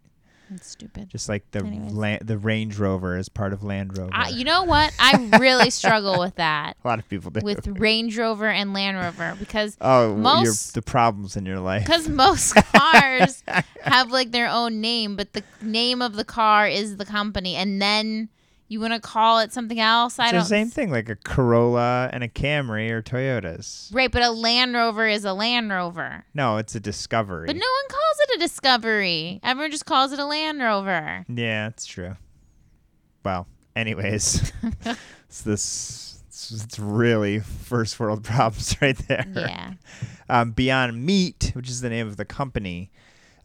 That's stupid.
Just like the
Anyways.
la- the Range Rover is part of Land Rover.
I, you know what? I really struggle with that
a lot of people do.
with Range Rover and Land Rover because
oh, your,
most-
the problems in your life.
because most cars have like their own name, but the name of the car is the company, and then you want to call it something else. I
It's
don't
the same thing, like a Corolla and a Camry or Toyotas.
right, but a Land Rover is a Land Rover,
No, it's a Discovery.
but no one calls it a Discovery. Everyone just calls it a Land Rover.
Yeah, it's true. Well, anyways, it's this. It's it's really first world problems right there.
Yeah,
Um, Beyond Meat, which is the name of the company,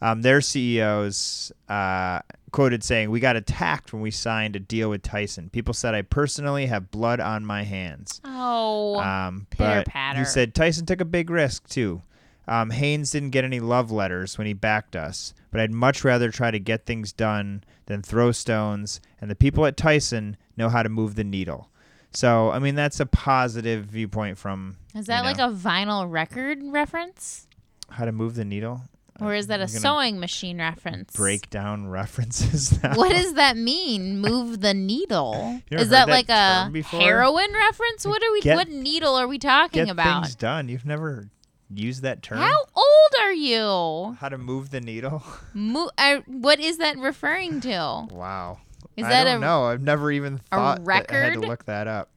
um, their CEOs uh, quoted saying, "We got attacked when we signed a deal with Tyson. People said I personally have blood on my hands."
oh,
Um, but
pitter-patter.
you said Tyson took a big risk too. Um, Haynes didn't get any love letters when he backed us, but I'd much rather try to get things done than throw stones, and the people at Tyson know how to move the needle. So, I mean, that's a positive viewpoint from.
Is that
you
like
know,
a vinyl record reference?
how to move the needle?
Or is that a
You're Uh, gonna
sewing machine reference?
Break down references now.
What does that mean? Move the needle?
You never
Is that,
heard that
like a
term before?
heroin reference? What are we?
Get-
what needle are we talking
Get
about?
things done. You've never used that term.
How old are you?
How to move the needle?
Mo- I, what is that referring to?
Wow.
Is
I
that
don't
a-
know. I've never even thought that I had to
record?
look that up.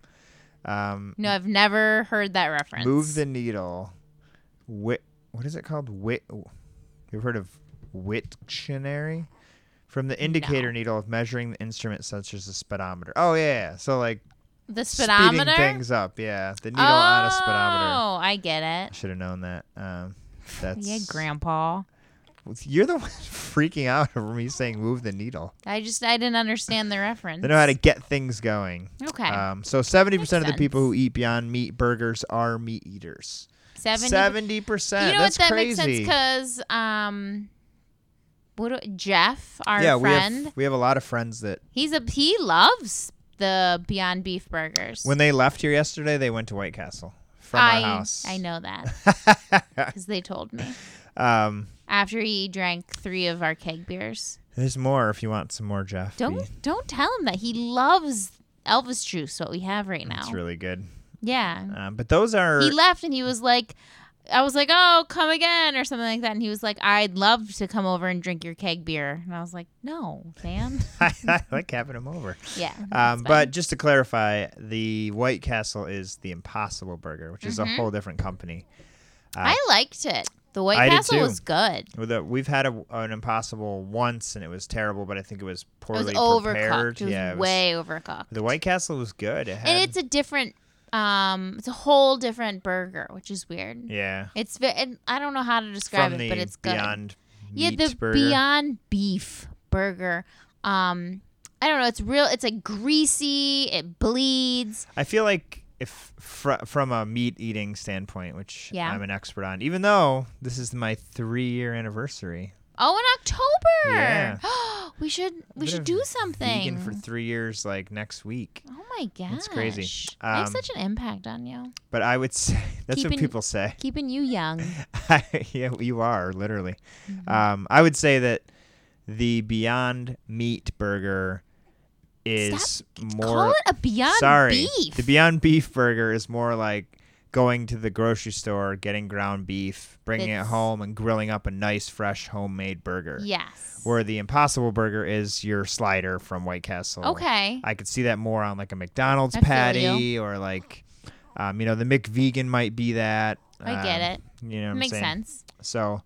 Um,
No, I've never heard that reference.
move the needle. Wit. What is it called? Wit. You've heard of Witctionary? From the indicator needle of measuring the instrument such as a speedometer. Oh yeah. yeah. So like
the
speeding
speedometer.
things up. Yeah. The needle
oh,
on a speedometer.
I get it.
Should have known that. Um, that's
Yeah, Grandpa.
You're the one freaking out over me saying move the needle.
I just I didn't understand the reference.
They know how to get things going.
Okay.
Um, so seventy percent of
Makes
the people who eat Beyond Meat burgers are meat eaters.
70
Seventy percent.
You know
That's
what? That
crazy.
makes sense because um, what do, Jeff, our
yeah,
friend,
we have we have a lot of friends that
he's a he loves the Beyond Beef burgers.
when they left here yesterday, they went to White Castle from
I,
our house.
I know that because they told me
um,
after he drank three of our keg beers.
there's more if you want some more, Jeff.
Don't
We-
don't tell him that he loves Elvis juice. What we have right now.
It's really good.
yeah.
Um, but those are
he left and he was like I was like, "Oh, come again" or something like that, and he was like, "I'd love to come over and drink your keg beer," and I was like, "No, man,
I, like having them over.
yeah." that's
Um,
fine.
but just to clarify, the White Castle is the Impossible Burger, which is
Mm-hmm.
a whole different company.
I liked it. The White
I did
Castle
too.
was good.
Well, the- We've had a, an Impossible once, and it was terrible, but I think it was
It was
poorly
overcooked.
prepared.
It was
yeah, it was-
way overcooked.
the White Castle was good. It had,
and it's a different, um, it's a whole different burger, which is weird.
yeah,
It's ve- and I don't know how to describe
from
it,
the
but it's good.
Beyond
yeah,
Meat
the
burger.
Beyond Beef burger. Um, I don't know. It's real. It's like greasy. It bleeds.
I feel like if fr- from a meat eating standpoint, which
Yeah.
I'm an expert on, even though this is my three year anniversary,
Oh, in October.
Yeah.
we should we
Bit
should
of
do something.
vegan for three years, like next week.
oh my gosh,
That's crazy.
I have
Um,
such an impact on you,
But I would say that's
Keeping-
what people say.
keeping you young.
yeah, you are literally.
Mm-hmm.
Um, I would say that the Beyond Meat burger is
Call
more.
it a Beyond
sorry,
Beef.
the Beyond Beef burger is more like going to the grocery store, getting ground beef, bringing
That's-
it home, and grilling up a nice, fresh, homemade burger.
yes.
Where the Impossible Burger is your slider from White Castle.
okay.
I could see that more on like a McDonald's
I feel
patty or like, um, you know, the McVegan might be that.
I get
um,
it.
You know, what I'm
Makes
saying?
sense.
So,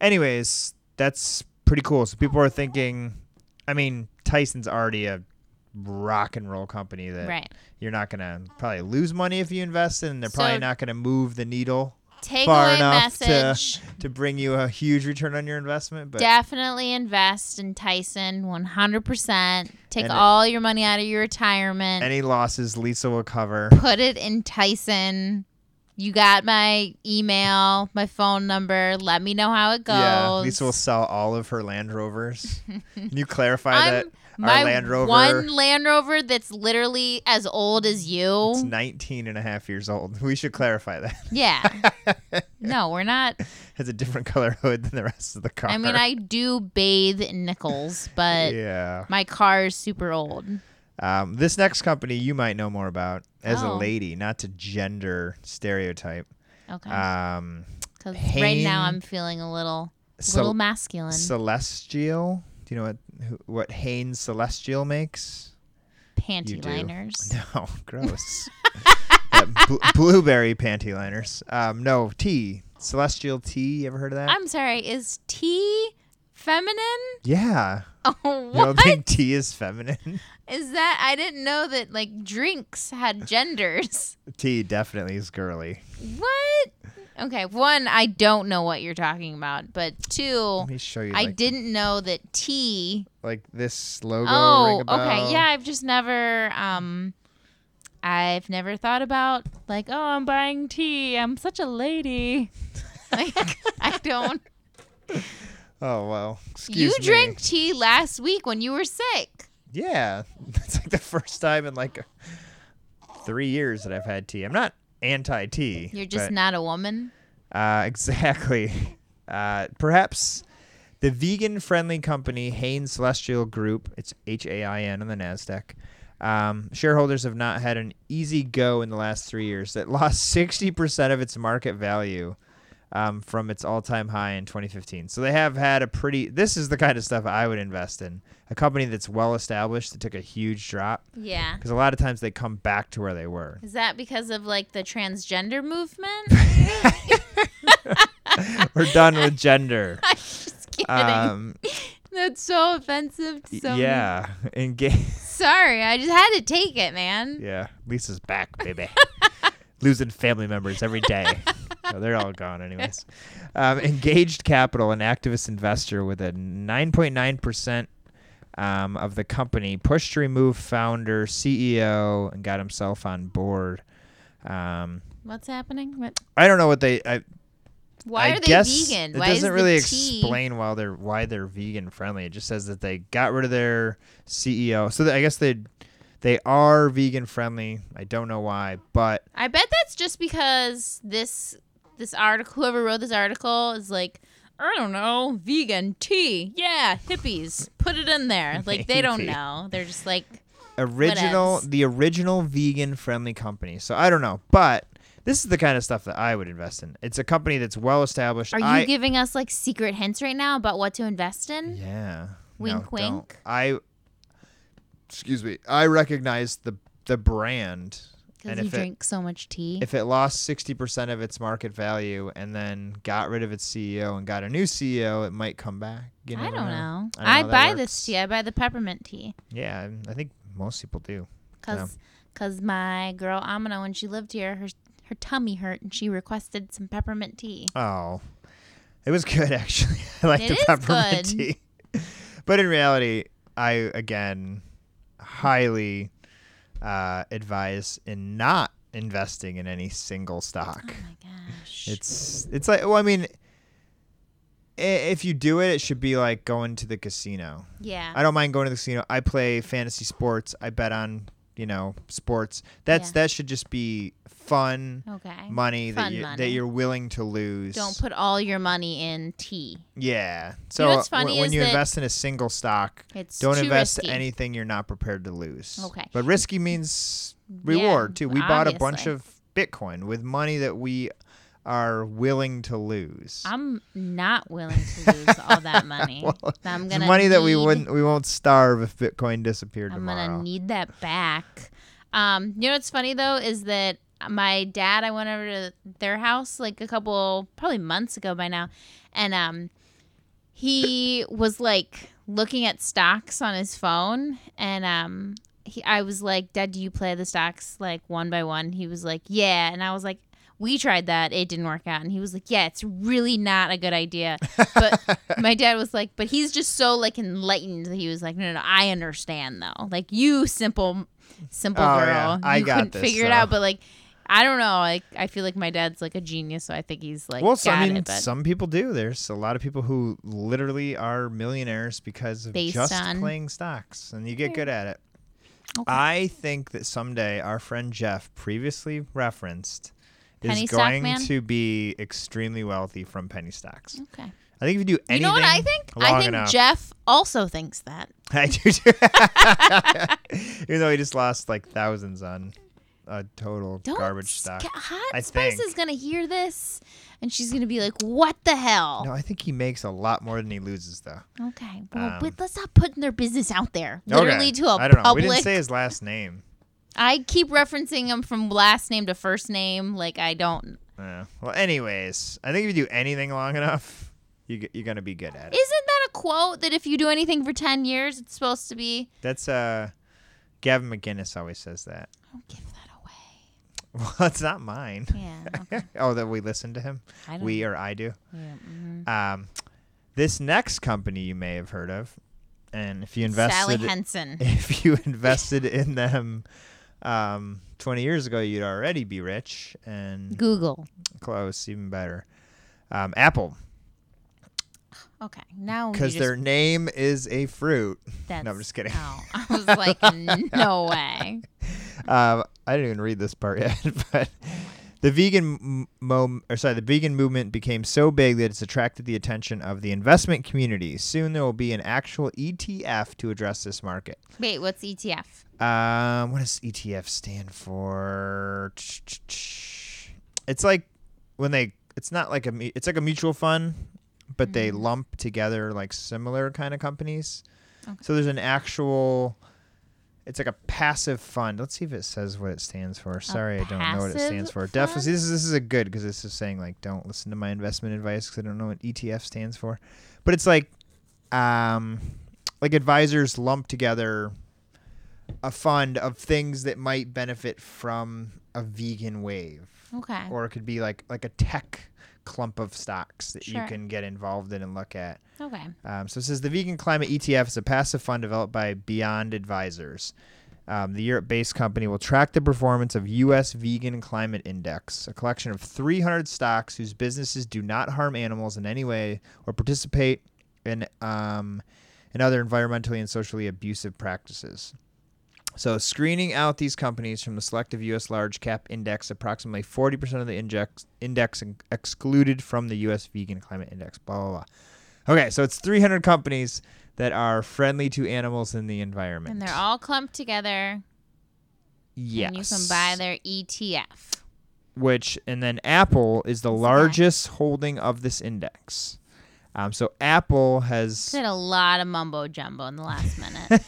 anyways, that's pretty cool. So people are thinking, I mean, Tyson's already a rock and roll company that
Right.
you're not gonna probably lose money if you invest in. They're
So-
probably not gonna move the needle far
Takeaway
enough
message.
to to bring you a huge return on your investment. But
Definitely invest in Tyson 100%. Take
And-
all your money out of your retirement.
any losses, Lisa will cover.
put it in Tyson. You got my email, my phone number. Let me know how it goes.
Yeah, Lisa will sell all of her Land Rovers. Can you clarify
I'm-
that our
my
Land Rover
one Land Rover that's literally as old as
is
you.
19 and a half years old? We should clarify that.
Yeah. no, we're not.
has a different color hood than the rest of the car.
I mean, I do bathe in nickels, but
yeah.
my car is super old.
Um, this next company you might know more about as
Oh.
a lady, not to gender stereotype.
Okay.
Um,
Because right now
Hain-
I'm feeling a little,
Cel-
little masculine.
Celestial. Do you know what who, what Hanes Celestial makes? you
Panty
do.
liners.
No, gross. That bl- blueberry panty liners. Um, no tea. Celestial tea. You ever heard of that?
I'm sorry. Is T feminine?
yeah.
Oh,
You
what?
don't think tea is feminine?
Is that I didn't know that like drinks had genders.
tea definitely is girly.
what? Okay, one, I don't know what you're talking about, but two,
Let me show you.
I
like-
didn't know that tea.
like this logo.
Oh,
ring a
okay.
bell?
Yeah, I've just never um I've never thought about like, oh, I'm buying tea. I'm such a lady. Like, I don't.
Oh well. Excuse
you
me.
drank tea last week when you were sick.
Yeah, that's like the first time in like three years that I've had tea. I'm not anti-tea.
You're just
but-
not a woman.
Uh, exactly. Uh, perhaps the vegan-friendly company Hain Celestial Group. It's H-A-I-N on the Nasdaq. Um, shareholders have not had an easy go in the last three years. That lost 60% of its market value um, from its all-time high in 2015. So they have had a pretty. This is the kind of stuff I would invest in. A company that's well established that took a huge drop
Yeah.
because a lot of times they come back to where they were.
Is that because of like the transgender movement?
We're done with gender.
I'm just kidding.
Um,
That's so offensive. To so
yeah, engage.
Sorry, I just had to take it, man.
Yeah, Lisa's back, baby. Losing family members every day. No, they're all gone, anyways. Um, engaged Capital, an activist investor with a 9.9% um, of the company, pushed to remove founder, CEO, and got himself on board. Um,
What's happening? What?
I don't know what they. I,
Why
I
are they
guess
vegan?
It
Why is
doesn't really
the tea-
explain why they're why they're vegan friendly. It just says that they got rid of their CEO. So that, I guess they they are vegan friendly. I don't know why, but
I bet that's just because this this article, whoever wrote this article, is like, I don't know, vegan tea, yeah, hippies, put it in there. Like they don't
Maybe.
know. They're just like,
original
Whatevs.
the original vegan friendly company. So I don't know, but this is the kind of stuff that I would invest in. It's a company that's well established.
are you
I,
giving us like secret hints right now about what to invest in?
Yeah.
Wink,
no, don't.
wink.
I excuse me. I recognize the the brand.
Because
And
you
if it-
drink so much tea.
if it lost 60% of its market value and then got rid of its CEO and got a new CEO, it might come back. You
I
never
don't know.
I don't
I,
know how that
buy
works.
this tea. I buy the E peppermint tea
Yeah, I think most people do.
because my girl Amina, when she lived here, her her tummy hurt and she requested some peppermint tea.
Oh, it was good actually. I like
It
the
is
peppermint
good.
tea. But in reality, I again highly uh, advise in not investing in any single stock.
Oh my gosh!
It's it's like well, I mean, i- if you do it, it should be like going to the casino.
yeah.
I don't mind going to the casino. I play fantasy sports. I bet on you know sports. That's
Yeah.
that should just be fun
okay.
money that
Fun
you that
money.
you're willing to lose.
Don't put all your money in tea.
yeah. So uh,
know what's
when-
funny
when
is
you
that
invest in a single stock,
It's
don't
too
invest
risky.
anything you're not prepared to lose.
Okay.
But risky means reward too. We bought a bunch
obviously.
of Bitcoin with money that we are willing to lose.
I'm not willing to lose all that money.
Well,
I'm
It's
gonna
money that we
need-
wouldn't we won't starve if Bitcoin disappeared
I'm
tomorrow.
gonna need that back. Um, you know what's funny though is that my dad, I went over to their house like a couple, probably months ago by now, and um, he was like looking at stocks on his phone, and um, he, I was like, Dad, do you play the stocks like one by one? He was like, Yeah, and I was like. We tried that. It didn't work out. And he was like, Yeah, it's really not a good idea. But my dad was like, but he's just so like enlightened that he was like, no, no, no I understand though. Like you, simple, simple
Oh,
girl,
yeah. I
you
got
couldn't
this,
figure it
though.
out. But like, I don't know. Like, I feel like my dad's like a genius, so I think he's like,
well,
well,
so,
got
I mean,
it, but
some people do. There's a lot of people who literally are millionaires because of
Based
just
on-
playing stocks, and you get good at it.
Okay.
I think that someday our friend Jeff, previously referenced,
Penny
is
stock
going
man?
to be extremely wealthy from penny stocks.
okay.
I think if you do
You
anything,
know what I think? I
long
think
enough-
Jeff also thinks that.
I do too. Even though he just lost like thousands on a total
Don't
garbage stock.
sca- Hot
I
Spice
think.
is gonna hear this, and she's gonna be like, "What the hell?"
No, I think he makes a lot more than he loses, though.
Okay, well,
Um,
but let's not putting their business out there, literally
Okay.
to a
I don't know.
public.
We didn't say his last name.
I keep referencing him from last name to first name. Like I don't.
Uh, well, anyways, I think if you do anything long enough, you, g- you're gonna be good at it.
Isn't that a quote that if you do anything for ten years, it's supposed to be?
That's uh, Gavin McGinnis always says that.
Don't give that
Well, it's not mine.
away. Yeah.
oh, that we listen to him.
I don't-
We or I do.
yeah, mhm.
Um, this next company you may have heard of, and if you
Sally
invested,
Henson.
if you invested in them, um, 20 years ago, you'd already be rich and
Google.
close, even better. um, apple
Okay, now
because their name is a fruit. no, I'm just kidding.
I was like, no way.
Um, I didn't even read this part yet, but the vegan m- mo- or sorry, the vegan movement became so big that it's attracted the attention of the investment community. Soon there will be an actual ETF to address this market.
Wait, what's E ETF?
Um, what does ETF stand for? It's like when they. It's not like a. mu- It's like a mutual fund, but they
Mm-hmm.
lump together like similar kind of companies. So there's an actual. It's like a passive fund. Let's see if it says what it stands for. Sorry, I don't know what it
passive
stands for. Definitely,
fund?
see, this is this is a good because this is saying like don't listen to my investment advice because I don't know what ETF stands for. But it's like, um, like advisors lump together a fund of things that might benefit from a vegan wave
Okay.
or it could be like like a tech clump of stocks that
Sure.
you can get involved in and look at
Okay.
um, so it says the vegan climate etf is a passive fund developed by beyond advisors um, the europe-based company will track the performance of us vegan climate index a collection of 300 stocks whose businesses do not harm animals in any way or participate in um, in other environmentally and socially abusive practices so, screening out these companies from the selective U.S. large cap index, approximately 40% of the index, index in- excluded from the U.S. vegan climate index, blah, blah, blah. Okay, so it's 300 companies that are friendly to animals and the environment.
And they're all clumped together,
yes.
and you can buy their E ETF.
Which, and then Apple is the largest holding of this index. Um, so, Apple has.
Said a lot of mumbo jumbo in the last minute.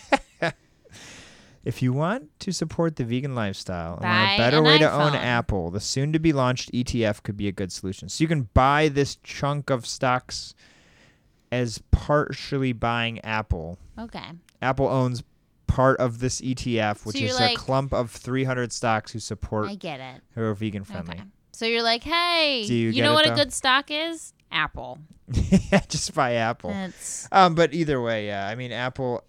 If you want to support the vegan lifestyle and want
Buy
a better
an
way to own
iPhone.
Apple, the soon to be launched ETF could be a good solution. So you can buy this chunk of stocks as partially buying Apple.
okay.
Apple owns part of this ETF, which
you're
is
like-
a clump of 300 stocks who support
I get it.
who are vegan friendly.
Okay. So you're like, hey,
Do you
you,
get
know
it,
what
though?
a good stock is? Apple.
Just buy Apple.
That's
Um, but either way, yeah. I mean, Apple.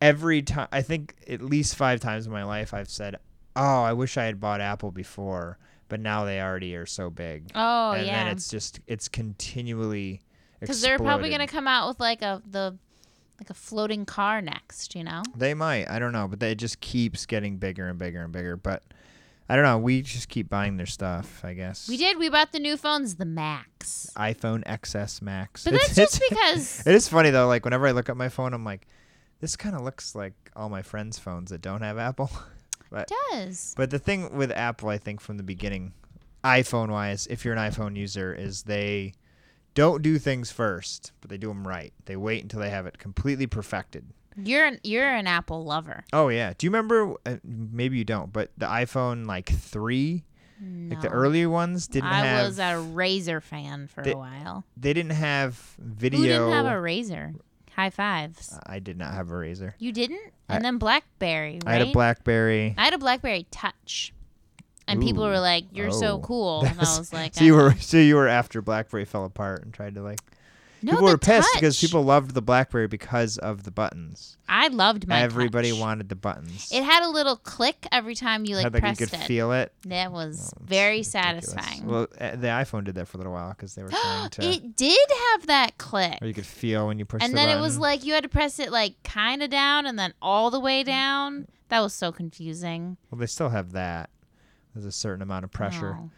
Every time, I think at least five times in my life, I've said, "Oh, I wish I had bought Apple before," but now they already are so big.
oh
and
yeah.
then it's just it's continually
because they're probably gonna
exploded.
come out with like a the like a floating car next, you know?
They might. I don't know, but they- it just keeps getting bigger and bigger and bigger. But I don't know. We just keep buying their stuff. I guess.
We did. We bought the new phones, the Max.
iPhone XS Max.
But
It's-
that's just
it's-
because
It is funny though. Like whenever I look at my phone, I'm like, this kind of looks like all my friends' phones that don't have Apple.
it does.
But the thing with Apple, I think from the beginning, iPhone wise, if you're an iPhone user, is they don't do things first, but they do them right. They wait until they have it completely perfected.
You're an you're an Apple lover.
Oh yeah. Do you remember? Uh, maybe you don't, but the iPhone like three, like the
No.
earlier ones, didn't
I
have.
was a Razor fan for
They-
a while.
they didn't have video.
Who didn't have a Razor? High fives.
I did not have a razor.
You didn't?
I-
And then BlackBerry, right?
I had a BlackBerry.
I had a BlackBerry Touch. And people
Ooh.
were like, "You're so
Oh.
cool," and I was like,
so you
"I-
were so you were after BlackBerry fell apart and tried to like
no,
people
the
were pissed because
Touch.
people loved the BlackBerry because of the buttons.
I loved my
Everybody
Touch.
wanted the buttons.
It had a little click every time you like
Had, like,
pressed
you could
it.
feel it.
that was
It's
very
ridiculous.
satisfying.
Well, uh, the iPhone did that for a little while because they were trying to,
it did have that click.
or you could feel when you pushed.
and
the
then
button.
it was like you had to press it like kind of down and then all the way down. That was so confusing.
well, they still have that. There's a certain amount of pressure.
No.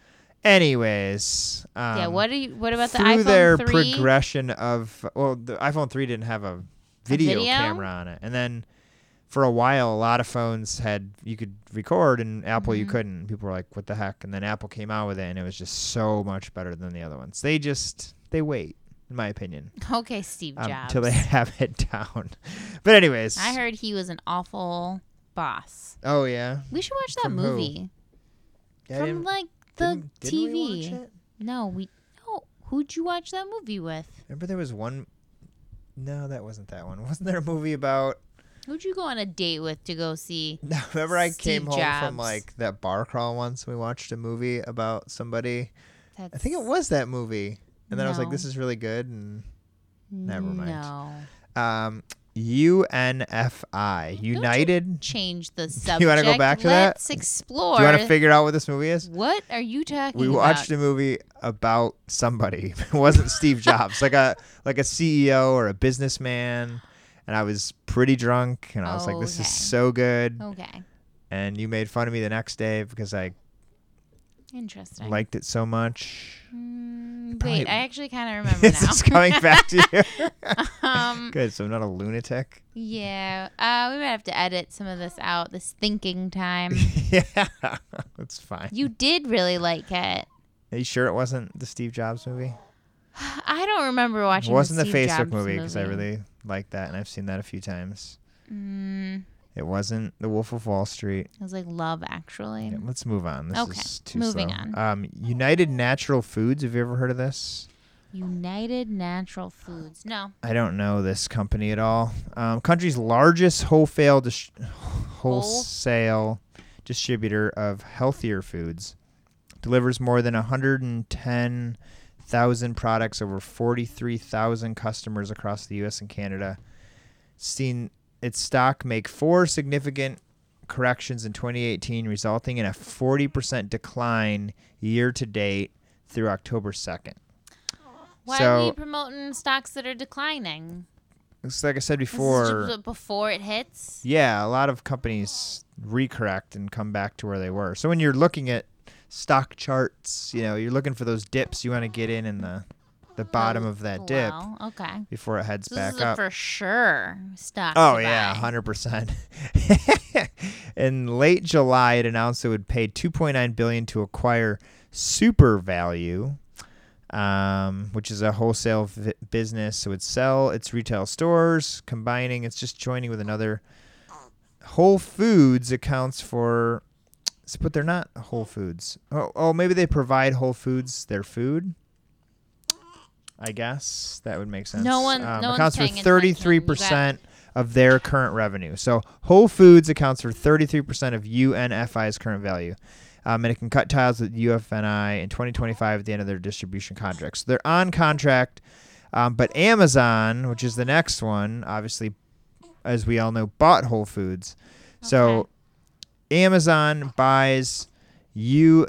Anyways, um,
Oh. yeah. What do you? What about the
through
iPhone
their
three?
progression of well, the iPhone three didn't have a video,
video?
camera on it, and then for a while, a lot of phones had you could record, and Apple
Mm-hmm.
you couldn't. People were like, "What the heck?" And then Apple came out with it, and it was just so much better than the other ones. They just they wait, in my opinion,
okay, Steve Jobs.
until they have it down. But anyways,
I heard he was an awful boss.
oh yeah,
We should watch that
From who?
movie
Yeah, I
from
didn't-
like the
didn't-
TV.
didn't we watch it?
No, we. No, who'd you watch that movie with?
Remember there was one. No, that wasn't that one. Wasn't there a movie about
Who'd you go on a date with to go see?
No, remember I
Steve
came home
Jobs.
from like that bar crawl once. We watched a movie about somebody.
That's,
I think it was that movie, and then I was like,
No.
"This is really good." And never mind.
No.
um, UNFI, United.
Change the subject.
wanna go back to that?
Let's explore.
Do you want to figure out what this movie is?
what are you talking
We
about?
watched a movie about somebody. It wasn't Steve Jobs, like a like a CEO or a businessman. And I was pretty drunk, and I was like, "This
Okay.
is so good."
Okay.
And you made fun of me the next day because I
Interesting.
liked it so much.
Mm,
probably-
wait, I actually kind of remember
Is
now.
this coming back to you?
um,
good, so I'm not a lunatic.
yeah. Uh, we might have to edit some of this out. This thinking time.
yeah, that's fine.
you did really like it.
Are you sure it wasn't the Steve Jobs movie?
I don't remember
It
watching.
wasn't the,
Steve
Facebook
Jobs
movie because I really liked that, and I've seen that a few times.
Mm,
It wasn't The Wolf of Wall Street.
it was like Love Actually.
Yeah, let's move on. This
Okay,
is too
moving
slow.
on.
Um, United Natural Foods. Have you ever heard of this?
United Natural Foods. No.
I don't know this company at all. Um, country's largest wholesale dis- wholesale distributor of healthier foods delivers more than 110,000 products over 43,000 customers across the U.S. and Canada. Seen its stock make four significant corrections in 2018, resulting in a 40% decline year to date through October 2nd.
Why
So-
are we promoting stocks that are declining?
It's like I said
This is
before.
just before it hits.
Yeah, a lot of companies recorrect and come back to where they were. So when you're looking at stock charts, you know, you're looking for those dips. You want to get in in the the bottom of that dip
Wow, Oh, okay.
before it heads
So this
back
is a
up.
for sure stock.
Oh
to
yeah,
buy.
hundred percent. In late July, it announced it would pay two point nine billion to acquire Super Value, um, which is a wholesale v- business. It would sell its retail stores, combining. It's just joining with another. Whole Foods accounts for, s- but they're not Whole Foods. Oh, oh, maybe they provide Whole Foods their food. I guess that would make sense. Um,
one- no one's
accounts for
paying attention.
thirty
You
three percent of their current revenue. So Whole Foods accounts for 33% of UNFI's current value. Um, and it can cut ties with UFNI in 2025 at the end of their distribution contract. So they're on contract. Um, but Amazon, which is the next one, obviously, as we all know, bought Whole Foods. So
Okay.
Amazon buys you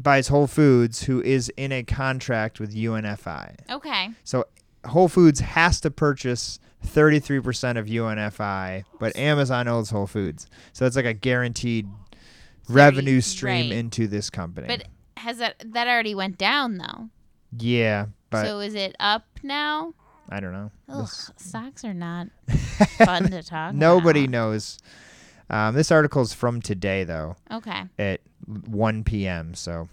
buys Whole Foods, who is in a contract with UNFI.
Okay.
So Whole Foods has to purchase 33% of UNFI, but Amazon owns Whole Foods. So it's like a guaranteed revenue stream
right.
into this company.
But has that that already went down though?
yeah, but
so is it up now?
I don't know.
Ugh,
This-
stocks are not fun to talk.
nobody
about.
knows. Um, this article is from today, though,
Okay.
at 1 p.m. So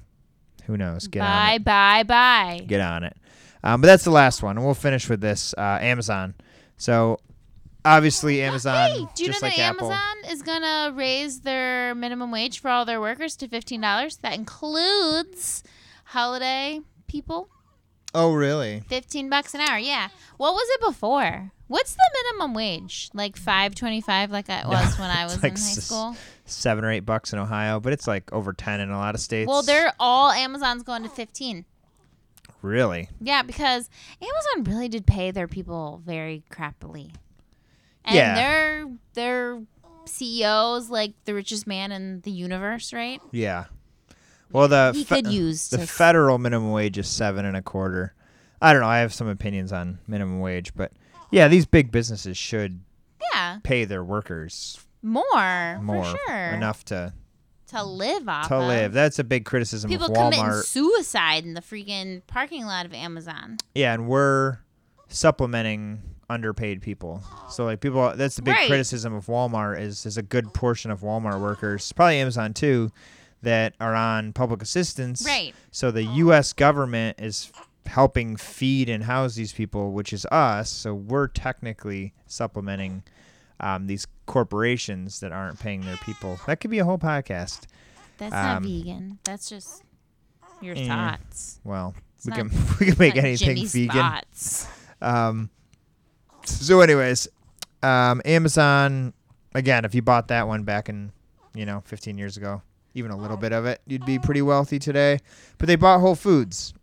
who knows? Get on it.
bye, bye, bye.
get on it. Um, but that's the last one. And we'll finish with this uh, Amazon. So obviously, Amazon,
Hey, do you
just
know
like
that
Apple.
Amazon is gonna raise their minimum wage for all their workers to fifteen dollars? That includes holiday people.
Oh, really?
Fifteen bucks an hour. Yeah. What was it before? What's the minimum wage? Like five twenty-five, like it was when I
it's
was
like
in high
s-
school.
Seven or eight bucks in Ohio, but it's like over ten in a lot of states.
Well, they're all Amazon's going to fifteen.
really.
Yeah, because Amazon really did pay their people very crappily. And
Yeah.
their their CEO's like the richest man in the universe, right?
Yeah. Well, the
He
fe-
could use
the
to-
federal minimum wage is seven and a quarter. I don't know. I have some opinions on minimum wage, but yeah, these big businesses should
Yeah.
pay their workers
More,
more
for sure.
enough to
to live off
to
of.
live. That's a big criticism
People
of
committing
Walmart.
suicide in the freaking parking lot of Amazon.
yeah, and we're supplementing underpaid people. So like people that's the big
Right.
criticism of Walmart is there's a good portion of Walmart workers, probably Amazon too, that are on public assistance.
Right.
So the US government is helping feed and house these people, which is us. So we're technically supplementing um, these corporations that aren't paying their people. That could be a whole podcast.
That's not
Um,
vegan. That's just your
eh.
thoughts.
Well,
It's
we
not-
can we can make
Not
anything
Jimmy's
vegan.
thoughts.
Um, so, anyways, um, Amazon again. If you bought that one back in, you know, 15 years ago, even a little bit of it, you'd be pretty wealthy today. But they bought Whole Foods,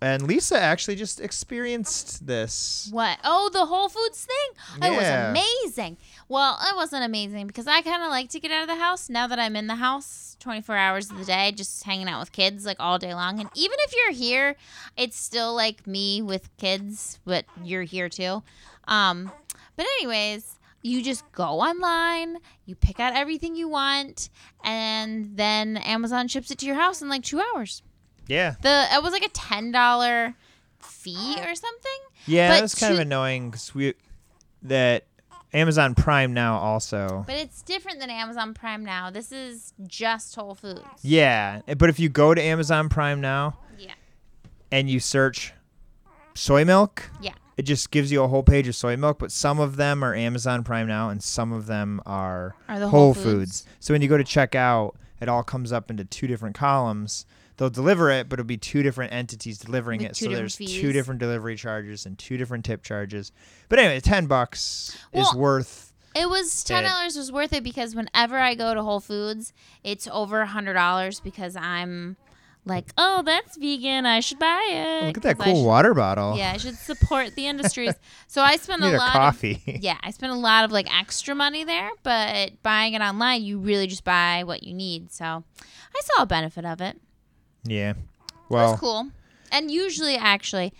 and Lisa actually just experienced this.
What? Oh, the Whole Foods thing? It
Yeah.
was amazing. Well, it wasn't amazing because I kind of like to get out of the house now that I'm in the house 24 hours of the day, just hanging out with kids like all day long. And even if you're here, it's still like me with kids, but you're here too. Um, but, anyways, you just go online, you pick out everything you want, and then Amazon ships it to your house in like two hours.
Yeah.
The It was like a $10 fee or something.
Yeah,
But
that's kind of
to-
annoying 'cause we that Amazon Prime now also.
But it's different than Amazon Prime now. This is just Whole Foods.
Yeah, eh, but if you go to Amazon Prime now
Yeah.
and you search soy milk,
Yeah.
it just gives you a whole page of soy milk, but some of them are Amazon Prime now and some of them are,
Are the
Whole
Whole
Foods. So when you go to check out, it all comes up into two different columns. They'll deliver it, but it'll be two different entities delivering
With
it.
two
So
different
there's two
fees.
different delivery charges and two different tip charges. But anyway, ten bucks is
Well,
worth
It was ten dollars was worth it because whenever I go to Whole Foods, it's over a hundred dollars because I'm like, oh, that's vegan. I should buy it.
Oh, look at that
'Cause I
cool
should-
water bottle.
Yeah, I should support the industries. so I spend
I need
a
a
lot. Of,
coffee.
yeah, I spent a lot of like extra money there, but buying it online, you really just buy what you need. So I saw a benefit of it.
yeah.
It
Well,
was cool. And usually, actually,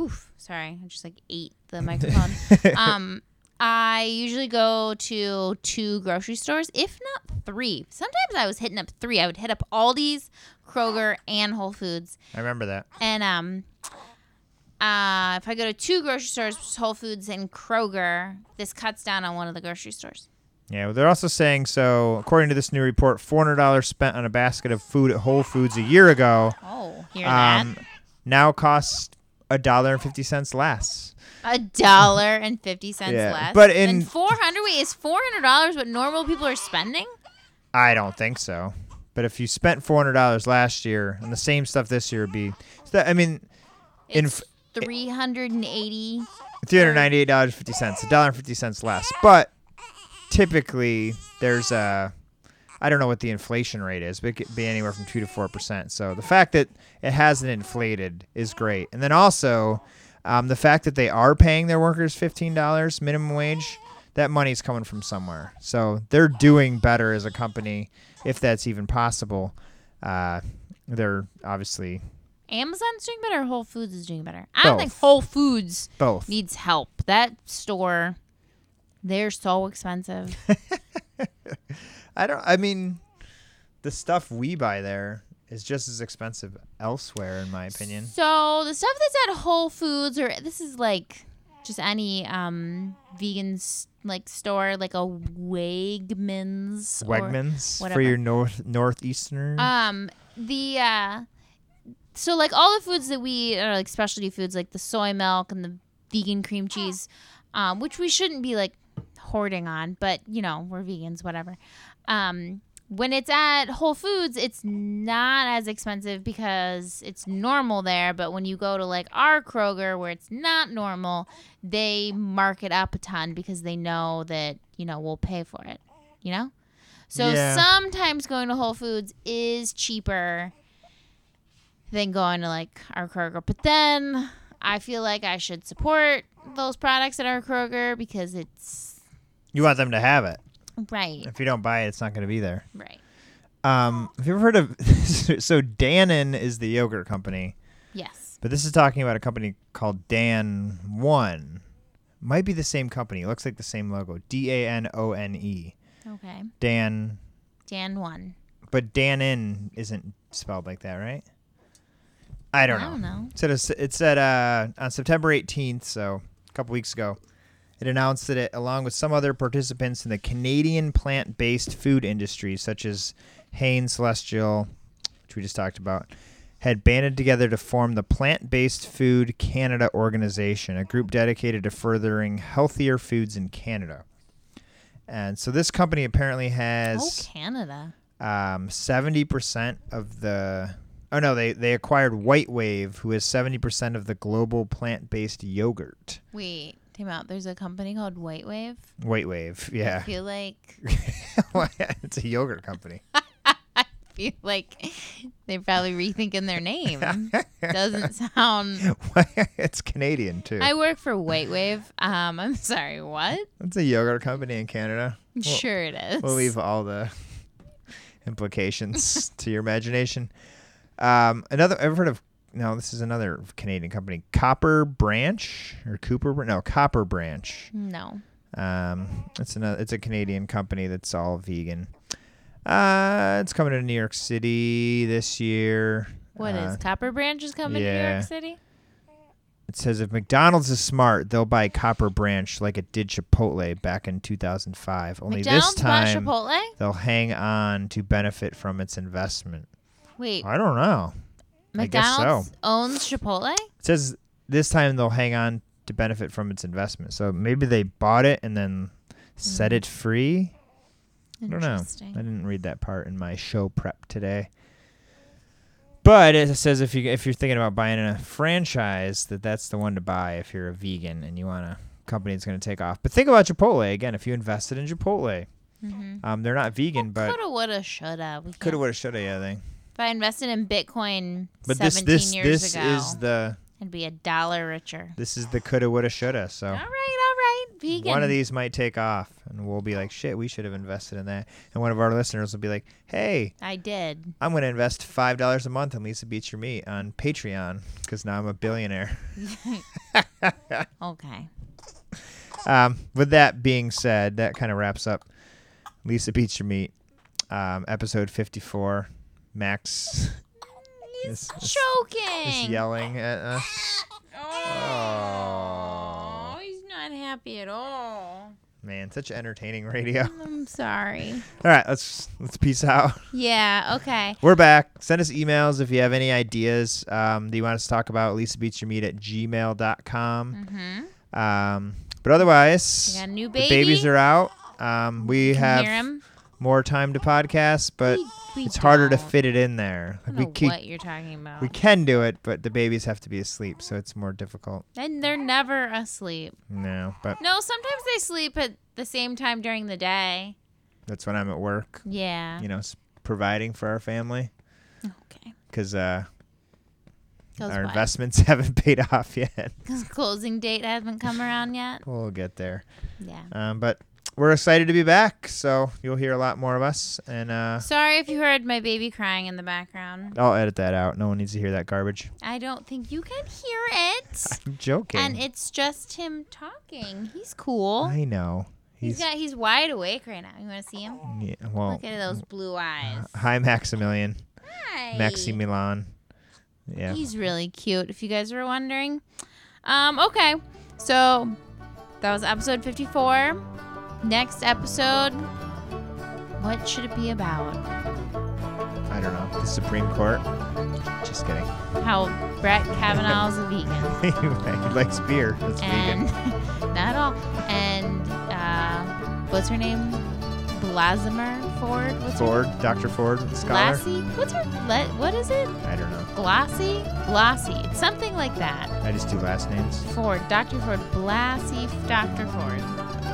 oof, sorry, I just like ate the microphone. um, I usually go to two grocery stores, if not three. Sometimes I was hitting up three. I would hit up Aldi's, Kroger, and Whole Foods.
I remember that.
And um, uh, if I go to two grocery stores, which is Whole Foods and Kroger, this cuts down on one of the grocery stores.
Yeah, well, they're also saying so. According to this new report, four hundred dollars spent on a basket of food at Whole Foods a year ago
Oh, hear
um,
that?
now costs a dollar and fifty cents less.
A dollar and fifty cents
Yeah,
less.
but in-
four hundred, wait, is four hundred dollars what normal people are spending?
I don't think so. But if you spent four hundred dollars last year and the same stuff this year, would be so that- I mean, in
It's three hundred and eighty.
three hundred ninety-eight dollars fifty cents, a dollar and fifty cents less. But typically, there's a I don't know what the inflation rate is, but it could be anywhere from two to four percent. So the fact that it hasn't inflated is great, and then also um, the fact that they are paying their workers fifteen dollars minimum wage, that money's coming from somewhere. So they're doing better as a company, if that's even possible. Uh, they're obviously
Amazon's doing better. or Whole Foods is doing better. I don't
Both.
think Whole Foods
both.
needs help. That store, they're so expensive.
I don't. I mean, the stuff we buy there is just as expensive elsewhere, in my opinion.
so the stuff that's at Whole Foods or this is like just any um vegan s- like store like a Wegmans. or-
Wegmans for
whatever.
your north northeasterners.
Um, the uh, so like all the foods that we eat are like specialty foods, like the soy milk and the vegan cream cheese, um, which we shouldn't be like hoarding on, but you know we're vegans, whatever. Um, when it's at Whole Foods, it's not as expensive because it's normal there. But when you go to like our Kroger, where it's not normal, they mark it up a ton because they know that you know we'll pay for it. You know. So
Yeah.
sometimes going to Whole Foods is cheaper than going to like our Kroger. But then I feel like I should support those products at our Kroger because it's
you want them to have it.
right,
If you don't buy it, it's not going to be there.
right.
Um, have you ever heard of? so Dannon is the yogurt company,
Yes.
but this is talking about a company called Dan One. Might be the same company. Looks like the same logo. D A N O N E.
Okay.
Dan,
Dan one.
but Dannon isn't spelled like that, right? I don't know.
I don't know.
said it said, it said uh, on September 18th, so a couple weeks ago, it announced that it, along with some other participants in the Canadian plant-based food industry, such as Hanes Celestial, which we just talked about, had banded together to form the Plant-Based Food Canada organization, a group dedicated to furthering healthier foods in Canada. And so this company apparently
Oh,
has
Canada.
um, 70% of the oh no they, they acquired white wave who is 70% of the global plant-based yogurt
Wait, time out. There's a company called White Wave.
white wave
I
yeah
feel like
it's a yogurt company
feel like They're probably rethinking their name. Doesn't sound.
it's Canadian too.
I work for White Wave. Um, I'm sorry. What?
it's a yogurt company in Canada. We'll-
sure it is.
We'll leave all the implications to your imagination. Um, another, I've heard of. No, this is another Canadian company, Copper Branch or Cooper. Br- No, Copper Branch.
No.
Um, it's another. It's a Canadian company that's all vegan. Uh, it's coming to New York City this year.
What is
Uh,
Copper Branch is coming to New
yeah.
York City?
It says if McDonald's is smart, they'll buy Copper Branch like it did Chipotle back in 2005. Only
McDonald's
this
bought
time,
Chipotle.
they'll hang on to benefit from its investment.
Wait,
I don't know. I guess so.
McDonald's owns Chipotle.
It says this time they'll hang on to benefit from its investment. So maybe they bought it and then
Hmm.
set it free. I don't know. I
Interesting.
didn't read that part in my show prep today. But it says if you if you're thinking about buying a franchise, that that's the one to buy if you're a vegan and you want a company that's going to take off. But think about Chipotle again. If you invested in Chipotle, um, they're not vegan, but
Mm-hmm. Coulda, woulda, shoulda. We
coulda,
can't-
woulda, shoulda, yeah, thing.
If I invested in Bitcoin
But this
17
this
years
this
ago,
is the
I'd be a dollar richer.
this is the coulda, woulda, shoulda. So.
All right, all right. Vegan.
Oh. One of these might take off, and we'll be like, "Shit, we should have invested in that." And one of our listeners will be like, "Hey,
I did.
I'm going to invest five dollars a month in Lisa Beats Your Meat on Patreon because now I'm a billionaire."
Okay.
Um, with that being said, that kind of wraps up Lisa Beats Your Meat, um, episode 54. Max is, is-
Choking.
is yelling at us.
Oh, he's not happy at all.
Man, such entertaining radio. All
I'm sorry.
right, let's let's peace out.
Yeah, okay.
We're back. Send us emails if you have any ideas um, that you want us to talk about. LisaBeatsYourMeat at gmail.com.
Mm-hmm.
Um, but otherwise,
We got a new
the
baby.
babies are out. Um, we
Can hear
have
him.
more time to podcast, but
We- we
it's harder to
don't.
fit it in there.
I
Like,
don't
we
know
keep,
what you're talking about.
we can do it, but the babies have to be asleep, so it's more difficult.
and they're never asleep.
No, but
No, sometimes they sleep at the same time during the day.
that's when I'm at work.
Yeah.
You know, s- providing for our family
Okay.
because uh,
Cause
our
what?
investments haven't paid off yet.
'Cause closing date hasn't come around yet.
we'll get there.
Yeah.
Um, but we're excited to be back, so you'll hear a lot more of us. And uh,
Sorry if you heard my baby crying in the background.
I'll edit that out. No one needs to hear that garbage.
I don't think you can hear it.
I'm joking.
And it's just him talking. He's cool.
I know. He's,
he's got he's wide awake right now. You want to see him?
yeah, well.
Look at those blue eyes.
Hi, Maximilian.
Hi.
Uh-huh. Maxi Milan. Yeah.
He's really cute, if you guys were wondering. Um, okay. So that was episode 54. Next episode, what should it be about?
I don't know. The Supreme Court. Just kidding.
How Brett Kavanaugh's a vegan.
he likes beer. That's
And
vegan.
not all. And uh, what's her name? Blasimer Ford? What's her
Ford, Dr. Ford, scholar.
Glassy? What's her le- what is it?
I don't know.
Glossy? Glossy. It's something like that.
I just do last names.
Ford. Dr. Ford. Blassie Dr. Ford.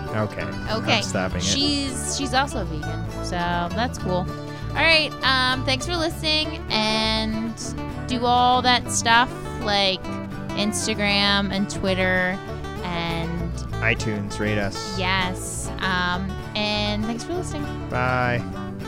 Okay.
Okay.
I'm stopping it.
she's she's also vegan, so that's cool. All right. Um, thanks for listening, and do all that stuff like Instagram and Twitter, and
iTunes, rate us.
yes. Um, and thanks for listening.
Bye.
Bye.